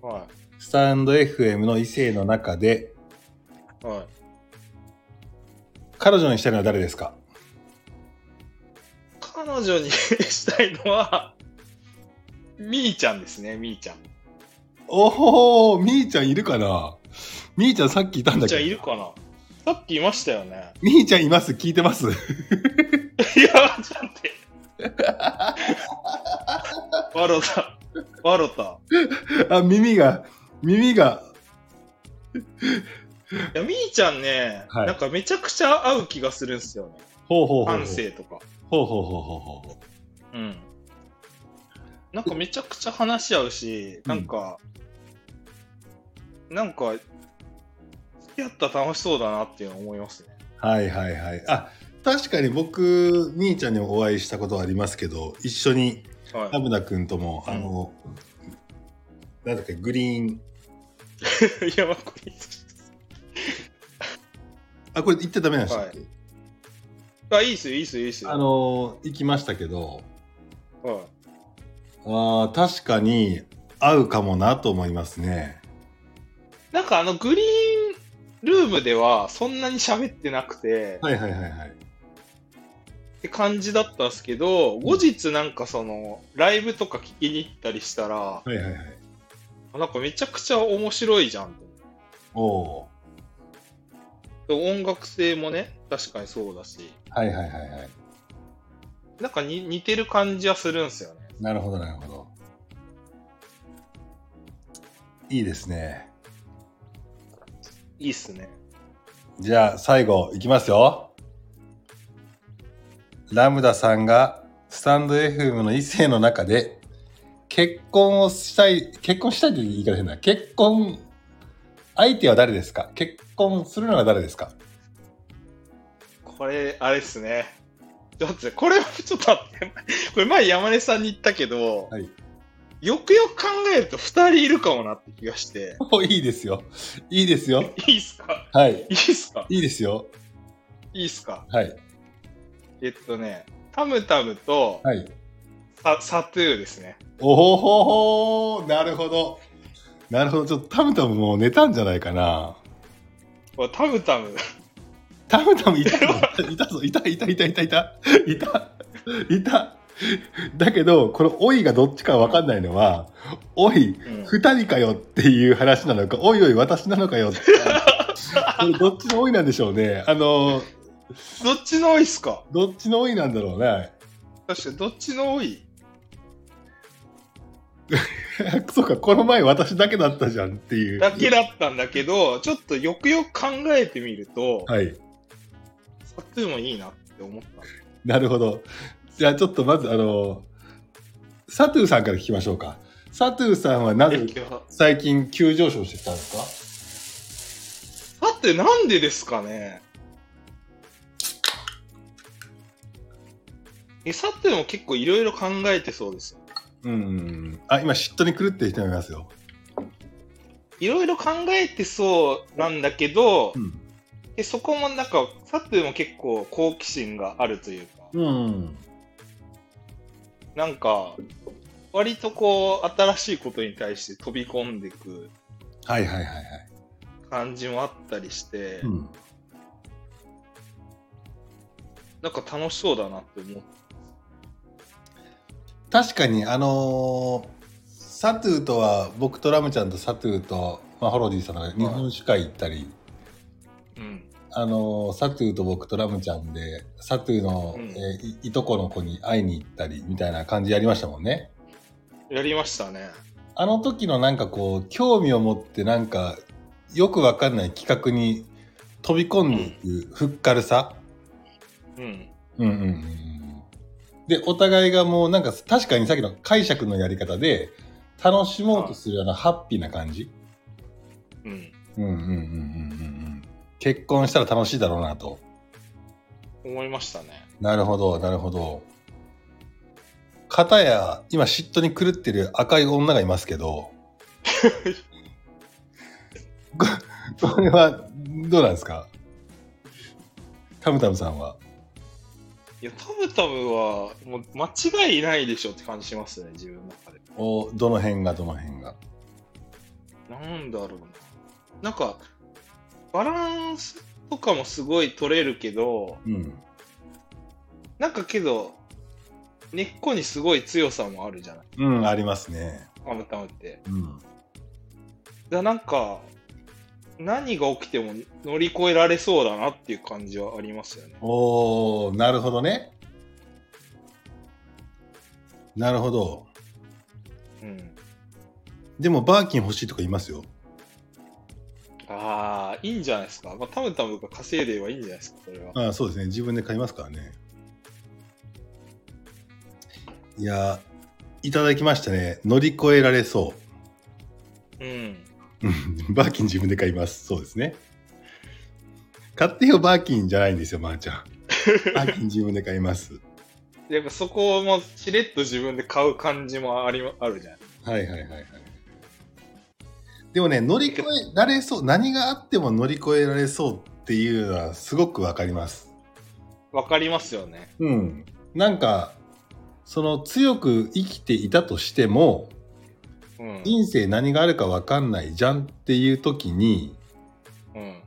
Speaker 2: は
Speaker 1: スタンド FM の異性の中で
Speaker 2: い。はい。
Speaker 1: 彼女にしたいのは誰ですか
Speaker 2: 彼女に したいのは、みーちゃんですね、みーちゃん。
Speaker 1: おおみーちゃんいるかなみーちゃんさっきいたん
Speaker 2: みー
Speaker 1: だ
Speaker 2: ち
Speaker 1: け
Speaker 2: ゃ
Speaker 1: ど
Speaker 2: んいるかなさっきいましたよね。
Speaker 1: みーちゃんいます聞いてます
Speaker 2: いや、ちょっと待って。 わろた。わろた。
Speaker 1: あ耳が耳が
Speaker 2: いや、みーちゃんね、
Speaker 1: はい
Speaker 2: なんかめちゃくちゃ合う気がするんすよね。
Speaker 1: ほうほうほうほう
Speaker 2: 感性とか。
Speaker 1: ほうほうほうほうほうほ
Speaker 2: うん。なんかめちゃくちゃ話し合うし、なんか、なんか、付き合ったら楽しそうだなっていうの思いますね。
Speaker 1: うはいはいはいあ確かに僕みーちゃんにもお会いしたことはありますけど一緒に田
Speaker 2: は
Speaker 1: 村君ともあの、なんだっけグリーン
Speaker 2: い。いや、まあ、これ、
Speaker 1: あこれ行っちゃダメなんでしたっけ、
Speaker 2: あ、いいっすよ、いいっすよ、いいっすよ。
Speaker 1: あの行きましたけど
Speaker 2: は
Speaker 1: あー確かに合うかもなと思いますね。
Speaker 2: い、なんかあの、グリーンルームでは、そんなに喋ってなくて、
Speaker 1: はいはいはいはい。
Speaker 2: って感じだったんですけど、後日なんかその、ライブとか聞きに行ったりしたら、
Speaker 1: はいはいはい。
Speaker 2: なんかめちゃくちゃ面白いじゃんと
Speaker 1: おお
Speaker 2: 思って。音楽性もね、確かにそうだし、
Speaker 1: ー。はいはいはいはい。
Speaker 2: なんかに似てる感じはするんですよね。
Speaker 1: なるほどなるほど。いいですね。
Speaker 2: いいっすね。
Speaker 1: じゃあ最後いきますよ。ラムダさんがスタンド FM の異性の中で結婚をしたい結婚したいって言い方変だ結婚相手は誰ですか結婚するのは誰ですか
Speaker 2: これ、あれっすね。ちょっと待って、これはちょっと待って、これ前山根さんに言ったけど、
Speaker 1: はい
Speaker 2: よくよく考えると2人いるかもなって気がして、
Speaker 1: おいいですよ。いいですよ。
Speaker 2: いいっすか
Speaker 1: はい。
Speaker 2: いいっすか
Speaker 1: いいですよ。
Speaker 2: いいっすか
Speaker 1: はい。
Speaker 2: えっとね、タムタムと、
Speaker 1: はい。
Speaker 2: さサトゥーですね。
Speaker 1: おほほほーなるほど。なるほど。ちょっとタムタムもう寝たんじゃないかな。
Speaker 2: おタムタム。
Speaker 1: タムタムいたぞ。いたぞ。いた、いた、いた、いた、いた。いた。いた。だけど、このおいがどっちかわかんないのは、おい、
Speaker 2: うん
Speaker 1: 二人かよっていう話なのか、おいおい、私なのかよって。これどっちのおいなんでしょうね。あの、
Speaker 2: どっちの多いっすか
Speaker 1: どっちのおいなんだろうね。
Speaker 2: 確かにどっちの多い
Speaker 1: そうか、この前私だけだったじゃんっていう。
Speaker 2: だけだったんだけど、ちょっとよくよく考えてみると、
Speaker 1: はい。
Speaker 2: サトゥーもいいなって思った。
Speaker 1: なるほど。じゃあちょっとまず、あの、サトゥーさんから聞きましょうか。サトゥーさんはなぜ
Speaker 2: えサ
Speaker 1: 最近急上昇してきたんですか
Speaker 2: トゥーなんでですかね餌ってのも結構いろいろ考えてそうですよ。
Speaker 1: うんうんうん。あ、今、嫉妬に狂ってる人もいますよ。
Speaker 2: いろいろ考えてそうなんだけど、
Speaker 1: うん。
Speaker 2: でそこもなんか、サトゥーも結構好奇心があるというか、
Speaker 1: うん。
Speaker 2: なんか、割とこう、新しいことに対して飛び込んでいく
Speaker 1: はいはいはいはい。
Speaker 2: 感じもあったりして、
Speaker 1: うん。
Speaker 2: なんか楽しそうだなって思う。
Speaker 1: 確かに、あのーサトゥーとは、僕とラムちゃんとサトゥーと、まあ、ホロディさんが日本酒会行ったり、
Speaker 2: うん。
Speaker 1: あのーサトゥーと僕とラムちゃんで、サトゥーの、
Speaker 2: うん
Speaker 1: えーいいとこの子に会いに行ったり、みたいな感じやりましたもんね。
Speaker 2: やりましたね。
Speaker 1: あの時のなんかこう、興味を持ってなんか、よくわかんない企画に飛び込んでいくふっかるさ。
Speaker 2: うん。
Speaker 1: うんうんうんうん。で、お互いがもうなんか、確かにさっきの解釈のやり方で、楽しもうとするようなハッピーな感じ。
Speaker 2: うん。
Speaker 1: うんうんうんうんうんうん。結婚したら楽しいだろうなと。
Speaker 2: 思いましたね。
Speaker 1: なるほど、なるほど。かたや、今嫉妬に狂ってる赤い女がいますけど、ここれはどうなんですかタムタムさんは。
Speaker 2: いや、タブタブは、もう間違いないでしょって感じしますね、自分の中で。
Speaker 1: おどの辺がどの辺が。
Speaker 2: なんだろうな。なんか、バランスとかもすごい取れるけど、
Speaker 1: うん。
Speaker 2: なんかけど、根っこにすごい強さもあるじゃない、
Speaker 1: うん、ありますね。
Speaker 2: タムタムって。
Speaker 1: うん。
Speaker 2: だからなんか、何が起きても乗り越えられそうだなっていう感じはありますよね。
Speaker 1: おー、なるほどね。なるほど。
Speaker 2: うん。
Speaker 1: でも、バーキン欲しいとか言いますよ。
Speaker 2: ああ、いいんじゃないですか。まあ、タムタムが稼いでればいいんじゃないですか、それは。
Speaker 1: ああそうですね自分で買いますからねいやいただきましたね乗り越えられそ
Speaker 2: うん。
Speaker 1: ううん バーキン自分で買いますそうですね買ってよバーキンじゃないんですよまー、ちゃんバーキン自分で買います
Speaker 2: やっぱそこもしれっと自分で買う感じもありあるじゃな
Speaker 1: はい
Speaker 2: い
Speaker 1: はいはいはいでもね乗り越えられそう何があっても乗り越えられそうっていうのはすごくわかります
Speaker 2: わかりますよね。
Speaker 1: うんなんかその強く生きていたとしても
Speaker 2: うん。
Speaker 1: 人生何があるか分かんないじゃんっていう時に
Speaker 2: うん。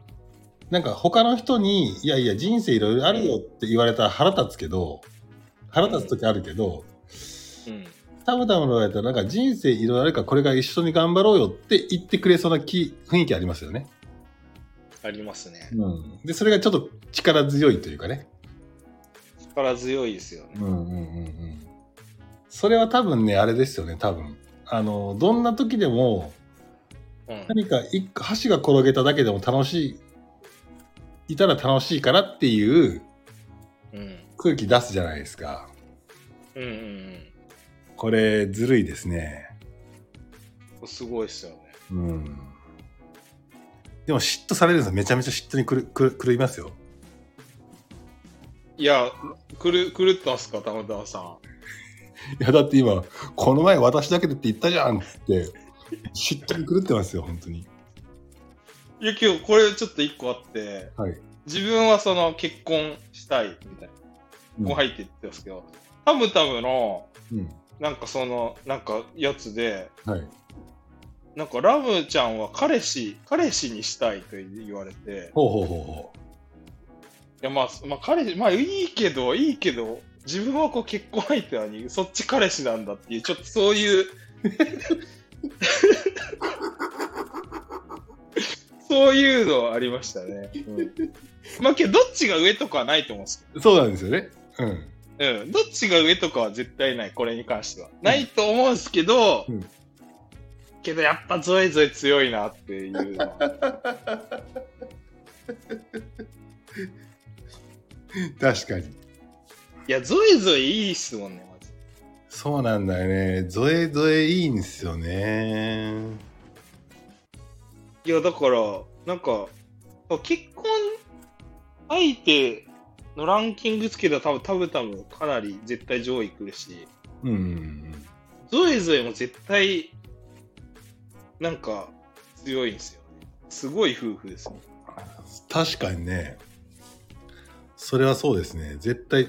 Speaker 1: なんか他の人に「いやいや人生いろいろあるよ」って言われたら腹立つけど腹立つ時あるけど
Speaker 2: うん。
Speaker 1: たむたむの言われたらなんか人生いろいろあるからこれから一緒に頑張ろうよって言ってくれそうな気雰囲気ありますよね。
Speaker 2: ありますね。
Speaker 1: うん、でそれがちょっと力強いというかね。
Speaker 2: 力強いですよね。
Speaker 1: うんうんうんうん、それは多分ねあれですよね多分。あのどんな時でも
Speaker 2: うん。
Speaker 1: 何か一個箸が転げただけでも楽しいいたら楽しいからっていう
Speaker 2: うん。
Speaker 1: 空気出すじゃないですか
Speaker 2: うんうん
Speaker 1: これずるいですね
Speaker 2: うん。すごいですよね。
Speaker 1: うんでも嫉妬されるんですよめちゃめちゃ嫉妬にくるくる狂いますよ
Speaker 2: いや、くる、狂ったんすか、たまたまさん。
Speaker 1: いやだって今この前私だけでって言ったじゃんっつって嫉妬に狂ってますよ本当に
Speaker 2: いや、今日これちょっと一個あって、
Speaker 1: はい
Speaker 2: 自分はその結婚したいみたい
Speaker 1: うん
Speaker 2: な、こう入って言ってますけど、タムタムの、
Speaker 1: うん
Speaker 2: なんかその、なんかやつで、
Speaker 1: はい
Speaker 2: なんかラムちゃんは彼氏、彼氏にしたいと言われて、
Speaker 1: ほうほうほうほ
Speaker 2: いやまあ、まあ、彼氏、まあいいけど、いいけど、自分はこう結婚相手なのに、そっち彼氏なんだっていう、ちょっとそういう、そういうのはありましたね。うんまあけど、どっちが上とかはないと思うんです
Speaker 1: うそうなんですよねうん
Speaker 2: けど、うん、どっちが上とかは絶対ない、これに関しては。ないと思うんですけど、
Speaker 1: うん
Speaker 2: けどやっぱゾイゾイ強いなっていうのは。
Speaker 1: 確かに
Speaker 2: いや、ゾイゾイいいっすもんね、マジで
Speaker 1: そうなんだよねゾエゾエいいんですよね
Speaker 2: いや、だから、なんか、結婚相手のランキングつけたら多分タブタムかなり絶対上位来るし、
Speaker 1: うんうんうん
Speaker 2: ゾエゾエも絶対、なんか強いんですよね。すごい夫婦ですね。
Speaker 1: 確かにねそれはそうですね絶対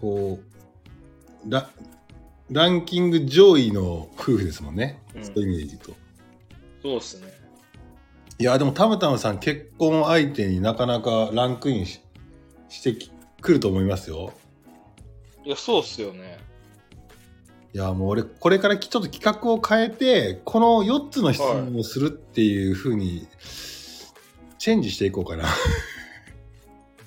Speaker 1: こうラランキング上位の夫婦ですもんね、
Speaker 2: うん
Speaker 1: そういう意味で言うと
Speaker 2: そうっすね。
Speaker 1: いやでもたむたむさん結婚相手になかなかランクインししてきくると思いますよ
Speaker 2: いや、そうっすよね。
Speaker 1: いやもう俺これからきちょっと企画を変えてこの4つの質問をするっていう風にチェンジしていこうかな、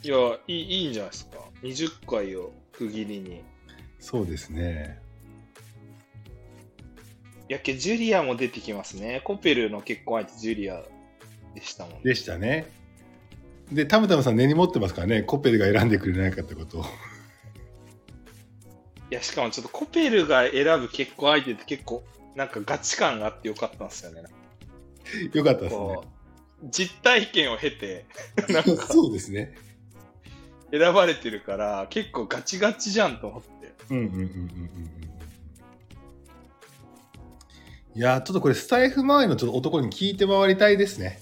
Speaker 2: いや、いいいいんじゃないですか。20回を区切りに。い
Speaker 1: そうですね
Speaker 2: やけ、ジュリアも出てきますね。コペルの結婚相手、ジュリアでしたもんね。
Speaker 1: でしたねでたむたむさん根に持ってますからねコペルが選んでくれなかったことを
Speaker 2: いや、しかもちょっとコペルが選ぶ結婚相手って結構、なんかガチ感があってよかったんですよね。
Speaker 1: よかったですね
Speaker 2: こう、実体験を経てなん か
Speaker 1: そうですね
Speaker 2: 選ばれてるから、結構ガチガチじゃんと思って。
Speaker 1: うんうんうんうんうんうんいやーちょっとこれスタイフ周りのちょっと男に聞いて回りたいですね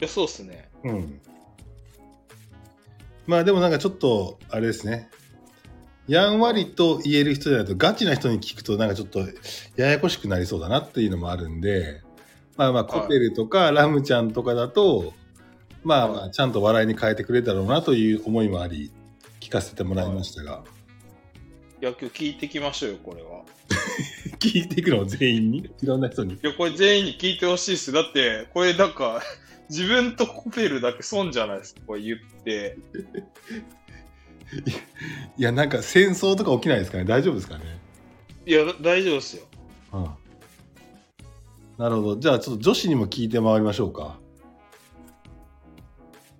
Speaker 2: いや、そうっすね。
Speaker 1: うん。まあでもなんかちょっと、あれですね。やんわりと言える人じゃないと、ガチな人に聞くとなんかちょっとややこしくなりそうだなっていうのもあるんで、まあまあコペルとかラムちゃんとかだと、まあまあちゃんと笑いに変えてくれたろうなという思いもあり、聞かせてもらいましたが、
Speaker 2: いや、今日聞いてきましょうよ、これは。
Speaker 1: 聞いていくのを全員に、いろんな人に。
Speaker 2: いや、これ全員に聞いてほしいっす。だって、これなんか、 自分とコペルだけ損じゃないですか、これ言って。
Speaker 1: いや、なんか戦争とか起きないですかね大丈夫ですかね
Speaker 2: いや、大丈夫っすよ。
Speaker 1: うん。なるほど。じゃあちょっと女子にも聞いて回りましょうか。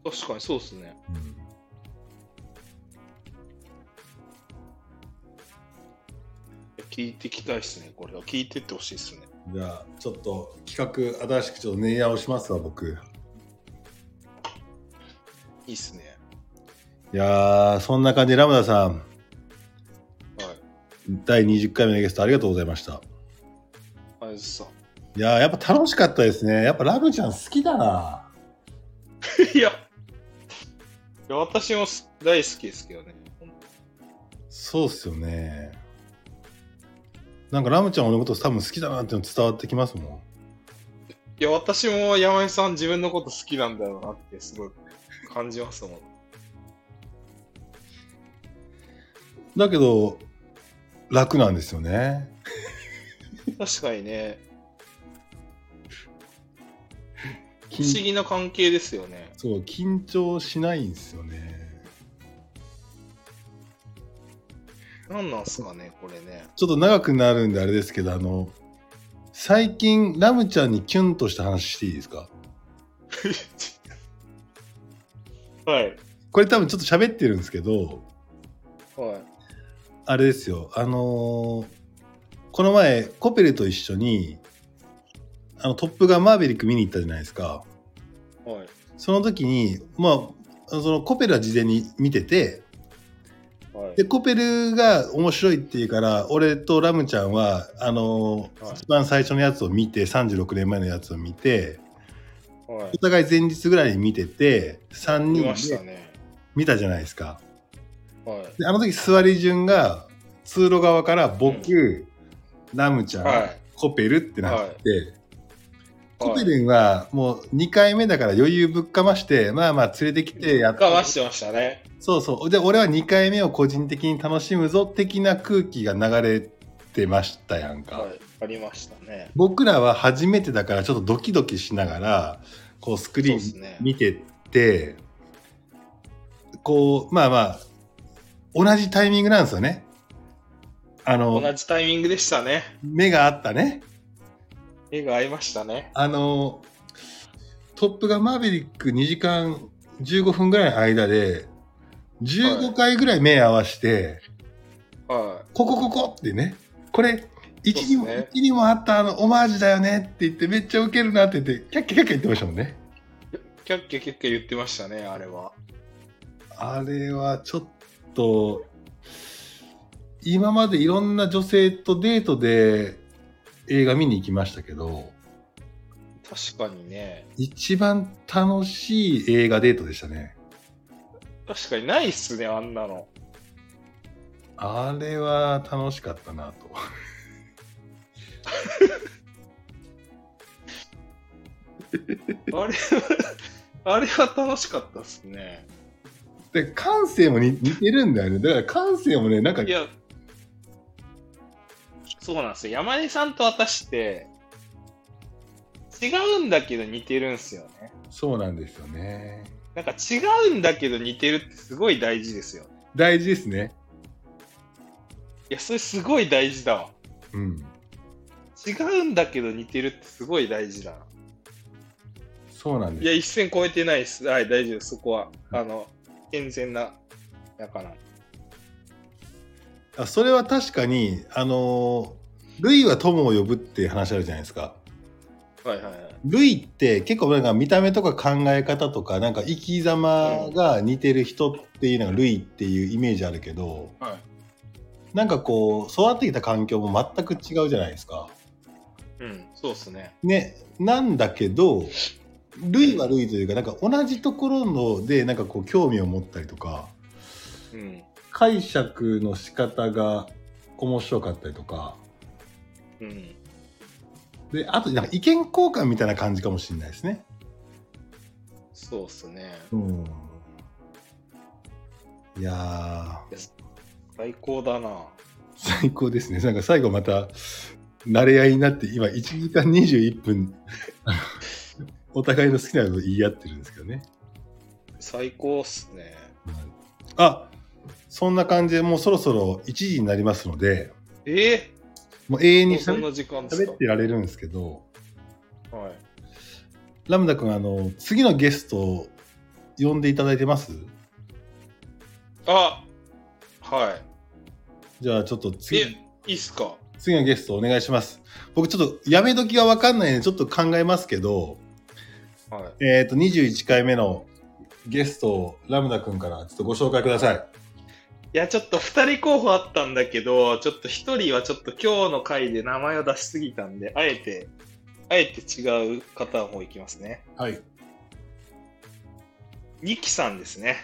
Speaker 2: 確かにそうっすね。いや聞いてきたいっすね、これは。聞いてってほしいっすね。
Speaker 1: じゃあちょっと企画新しくちょっとネイヤーをしますわ僕
Speaker 2: いいっすね。
Speaker 1: いやーそんな感じでラムダさん
Speaker 2: はい。
Speaker 1: 第20回目のゲストありがとうございました
Speaker 2: あれさ。
Speaker 1: いやーやっぱ楽しかったですねやっぱラムちゃん好きだない
Speaker 2: や、いや私もす大好きですけどね。
Speaker 1: そうっすよねなんかラムちゃん俺のこと多分好きだなっていうの伝わってきますも
Speaker 2: いや、私も山井さん自分のこと好きなんだろうなってすごい感じますもん。
Speaker 1: んだけど楽なんですよね
Speaker 2: 確かにね、不思
Speaker 1: 緊
Speaker 2: 議な関係ですよね。
Speaker 1: そう緊張しないんですよね
Speaker 2: なんなんすかね、これね。
Speaker 1: ちょっと長くなるんであれですけどあの最近ラムちゃんにキュンとした話していいですか
Speaker 2: はい。
Speaker 1: これ多分ちょっと喋ってるんですけど
Speaker 2: はい。
Speaker 1: あれですよあのーこの前コペルと一緒にあのトップガンマーヴェリック見に行ったじゃないですか
Speaker 2: はい。
Speaker 1: その時にまあそのコペルは事前に見てて
Speaker 2: はい
Speaker 1: で。コペルが面白いって言うから俺とラムちゃんはあのー
Speaker 2: はい
Speaker 1: 一番最初のやつを見て36年前のやつを見て
Speaker 2: は
Speaker 1: お互い前日ぐらいに見てて3
Speaker 2: い。い
Speaker 1: 人
Speaker 2: まし
Speaker 1: で
Speaker 2: たね。
Speaker 1: 見たじゃないですか。
Speaker 2: はい。
Speaker 1: であの時座り順が通路側から僕、ラムちゃん、
Speaker 2: はい
Speaker 1: コペルってなって、コペ
Speaker 2: はい、
Speaker 1: ルンはもう2回目だから余裕ぶっかましてまあまあ連れてきてやっ
Speaker 2: かましてましたね。
Speaker 1: そうそうで俺は2回目を個人的に楽しむぞ的な空気が流れてましたやんか、
Speaker 2: はい。ありましたね。
Speaker 1: 僕らは初めてだからちょっとドキドキしながらこうスク
Speaker 2: そ
Speaker 1: リー
Speaker 2: うで
Speaker 1: ン
Speaker 2: すね。
Speaker 1: 見てってこうまあまあ同じタイミングなんですよねあ
Speaker 2: 同
Speaker 1: の
Speaker 2: じタイミングでしたね。
Speaker 1: 目があったね
Speaker 2: 絵が合いましたね。
Speaker 1: あの「トップガンマーヴェリック」2時間15分ぐらいの間で15回ぐらい目合わせて、
Speaker 2: は
Speaker 1: ここここってねこれ1にも,、
Speaker 2: そうっすね
Speaker 1: 一にもあったあのオマージュだよねって言ってめっちゃウケるなって言ってキャッキャキャッキャ言ってましたもんね
Speaker 2: い。キャッキャキャッキャ言ってましたね、あれは。
Speaker 1: あれはちょっと、今までいろんな女性とデートで映画見に行きましたけど、
Speaker 2: 確かにね。
Speaker 1: 一番楽しい映画デートでしたね。
Speaker 2: 確かにないっすね、あんなの。
Speaker 1: あれは楽しかったなと。
Speaker 2: あれはあれは楽しかったっすね。
Speaker 1: で、感性もに似てるんだよね。だから感性もね、なんか
Speaker 2: い、や、そうなんですよ。山根さんと私って、違うんだけど似てるんすよね。
Speaker 1: そうなんですよね。
Speaker 2: なんか違うんだけど似てるってすごい大事ですよね。
Speaker 1: 大事ですね。
Speaker 2: いや、それすごい大事だわ。
Speaker 1: うん。
Speaker 2: 違うんだけど似てるってすごい大事だな。
Speaker 1: そうなん
Speaker 2: い
Speaker 1: で
Speaker 2: や、
Speaker 1: す。
Speaker 2: 一線超えてないです。はい、大丈夫です。そこは。あの、健全な、だから。
Speaker 1: あそれは確かに、あのー、ルイは友を呼ぶって話あるじゃないですか。
Speaker 2: はいはいはい。
Speaker 1: ルイって結構なんか見た目とか考え方とかなんか生き様が似てる人っていうのがルイっていうイメージあるけど
Speaker 2: はい、
Speaker 1: なんかこう育ってきた環境も全く違うじゃないですか。
Speaker 2: うん、そうっすね。
Speaker 1: ね、なんだけどルイはルイというかなんか同じところのでなんかこう興味を持ったりとか
Speaker 2: うん。
Speaker 1: 解釈の仕方が面白かったりとか
Speaker 2: うん。
Speaker 1: であとなんか意見交換みたいな感じかもしれないですね。
Speaker 2: そうっすね。
Speaker 1: うん、いやー
Speaker 2: 最高だな。
Speaker 1: 最高ですね。なんか最後また、慣れ合いになって、今1時間21分、 あのお互いの好きなことを言い合ってるんですけどね。
Speaker 2: 最高っすね。
Speaker 1: あそんな感じでもうそろそろ1時になりますので、
Speaker 2: え
Speaker 1: もう永遠
Speaker 2: ー、
Speaker 1: に
Speaker 2: もうそん
Speaker 1: 喋
Speaker 2: な時間です
Speaker 1: 喋ってられるんですけど、
Speaker 2: かはい。
Speaker 1: ラムダ君、あの、次のゲストを呼んでいただいてます
Speaker 2: あは
Speaker 1: じゃあちょっと
Speaker 2: い。
Speaker 1: 次、
Speaker 2: え、いいっすか
Speaker 1: 次のゲストお願いします。僕ちょっとやめ時がわかんないんで、ちょっと考えますけど、
Speaker 2: はい。
Speaker 1: えっ、と、21回目のゲストをラムダ君からちょっとご紹介ください。
Speaker 2: いや、ちょっと2人候補あったんだけど、ちょっと1人はちょっと今日の回で名前を出しすぎたんで、あえて、あえて違う方の方いきますね。
Speaker 1: はい。
Speaker 2: ニキさんですね。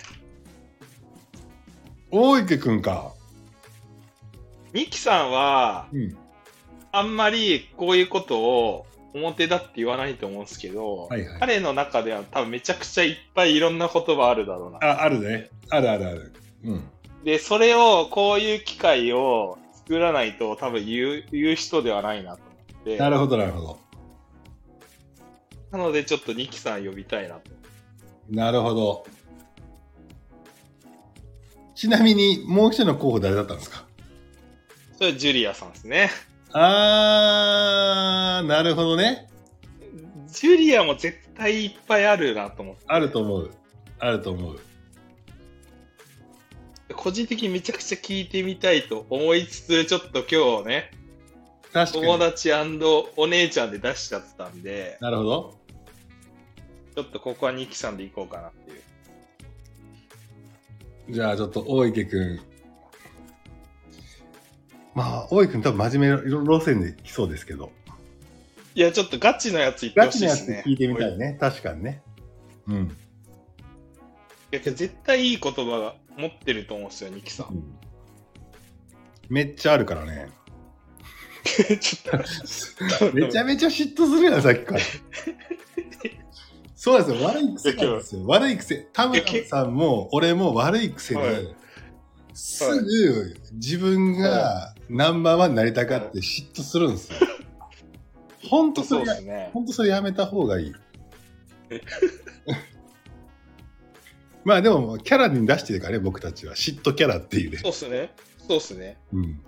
Speaker 1: 大池君か。
Speaker 2: ニキさんは、
Speaker 1: うん。
Speaker 2: あんまりこういうことを表だって言わないと思うんですけど、
Speaker 1: はいはい
Speaker 2: 彼の中では多分めちゃくちゃいっぱいいろんな言葉あるだろうな。
Speaker 1: あ、あるね。あるあるある。うん。
Speaker 2: で、それを、こういう機会を作らないと多分言う言う人ではないなと思って、
Speaker 1: な
Speaker 2: な
Speaker 1: るほど、なるほど。
Speaker 2: のでちょっとニキさん呼びたいなと。
Speaker 1: なるほど。ちなみに、もう一人の候補誰だったんですか
Speaker 2: それはジュリアさんですね。
Speaker 1: あー、なるほどね。
Speaker 2: ジュリアも絶対いっぱいあるなと思って。
Speaker 1: あると思う。あると思う。
Speaker 2: 個人的にめちゃくちゃ聞いてみたいと思いつつ、ちょっと今日ね、
Speaker 1: 確か
Speaker 2: 友
Speaker 1: に。
Speaker 2: 達お姉ちゃんで出しちゃったんで、
Speaker 1: なるほど。
Speaker 2: ちょっとここはニキさんでいこうかなっていう。
Speaker 1: じゃあちょっと大池くん。まあ、大池くん多分真面目な路線で来そうですけど。
Speaker 2: いや、ちょっとガチのやつ言って
Speaker 1: ガ
Speaker 2: ほ
Speaker 1: チ
Speaker 2: しい
Speaker 1: のや
Speaker 2: で
Speaker 1: つ
Speaker 2: すね。
Speaker 1: 聞いてみた
Speaker 2: い
Speaker 1: いね。確かにね。うん。
Speaker 2: や絶対いい言葉が持ってると思うんですよ、ニキ さん。
Speaker 1: めっちゃあるからね。
Speaker 2: ちょっと。
Speaker 1: めちゃめちゃ嫉妬するやん、さっきから。 そうなんですよ。悪い癖なんですよ。悪い癖。田村さんも俺も悪い癖で、
Speaker 2: はい
Speaker 1: すぐ自分がナンバーワンになりたかって嫉妬するんです よ。ほんとそ
Speaker 2: そう
Speaker 1: れ
Speaker 2: ですね。
Speaker 1: 本当それやめた方がいい。まあでもキャラに出してるからね僕たちは嫉妬キャラっていうね、
Speaker 2: そうっすね。そうっすね。
Speaker 1: うん、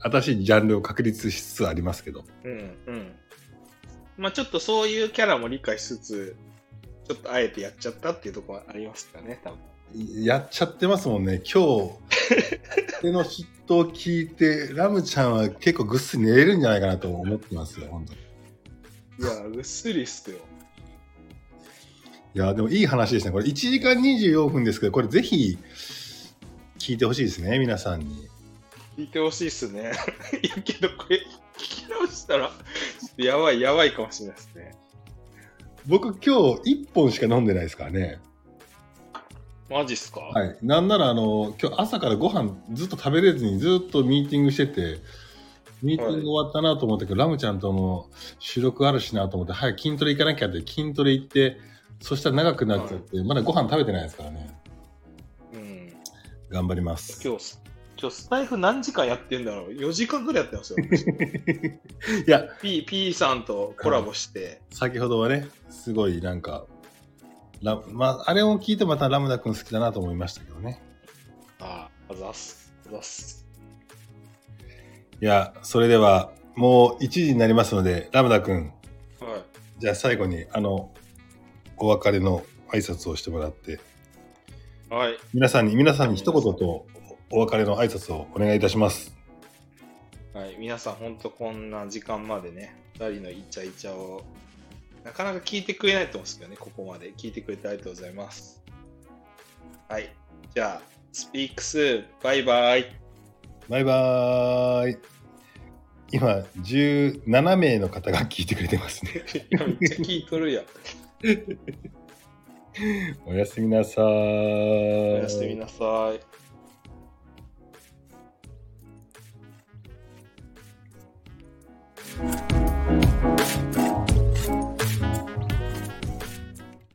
Speaker 1: 新しいジャンルを確立しつつありますけど
Speaker 2: うんうん。まあちょっとそういうキャラも理解しつつ、ちょっとあえてやっちゃったっていうところはありますかね、多分。
Speaker 1: やっちゃってますもんね今日俺の嫉妬を聞いてラムちゃんは結構ぐっすり寝れるんじゃないかなと思ってますよ本当に
Speaker 2: いや、ぐっすりっすよ。
Speaker 1: いや、でもいい話ですね。これ1時間24分ですけど、これぜひ聞いてほしいですね、皆さんに。
Speaker 2: 聞いてほしいっすね。 いやけど、これ、聞き直したら、やばい、やばいかもしれないですね。
Speaker 1: 僕今日1本しか飲んでないですからね。
Speaker 2: マジっすか、
Speaker 1: はい。なんなら、あの、今日朝からご飯ずっと食べれずにずっとミーティングしてて、ミーティング終わったなと思ったけど、ラムちゃんとの収録あるしなと思って、早く筋トレ行かなきゃって筋トレ行って、そしたら長くなっちゃって、まだご飯食べてないですからね。
Speaker 2: うん。
Speaker 1: 頑張ります。
Speaker 2: 今日す、今日スタイフ何時間やってんだろう ?4 時間ぐらいやってます よ。
Speaker 1: いや、
Speaker 2: P、P さんとコラボして、
Speaker 1: 先ほどはね、すごいなんか、ラまあ、あれを聞いてまたラムダ君好きだなと思いましたけどね。
Speaker 2: ああ、あざっす。あざっす。
Speaker 1: いや、それでは、もう1時になりますので、ラムダ君、
Speaker 2: はい。
Speaker 1: じゃあ最後に、あの、お別れの挨拶をしてもらって、
Speaker 2: はい。
Speaker 1: 皆さんに、皆さんに一言とお別れの挨拶をお願いいたします。
Speaker 2: はい、皆さん、ほんとこんな時間までね、2人のイチャイチャを、なかなか聞いてくれないと思うんですけどね、ここまで。聞いてくれてありがとうございます。はい、じゃあ、スピークス、バイバイ。
Speaker 1: バイバーイ。今、17名の方が聞いてくれてますね。
Speaker 2: いやめっちゃ聞いとるやん。
Speaker 1: おやすみなさーい。
Speaker 2: おやすみなさい。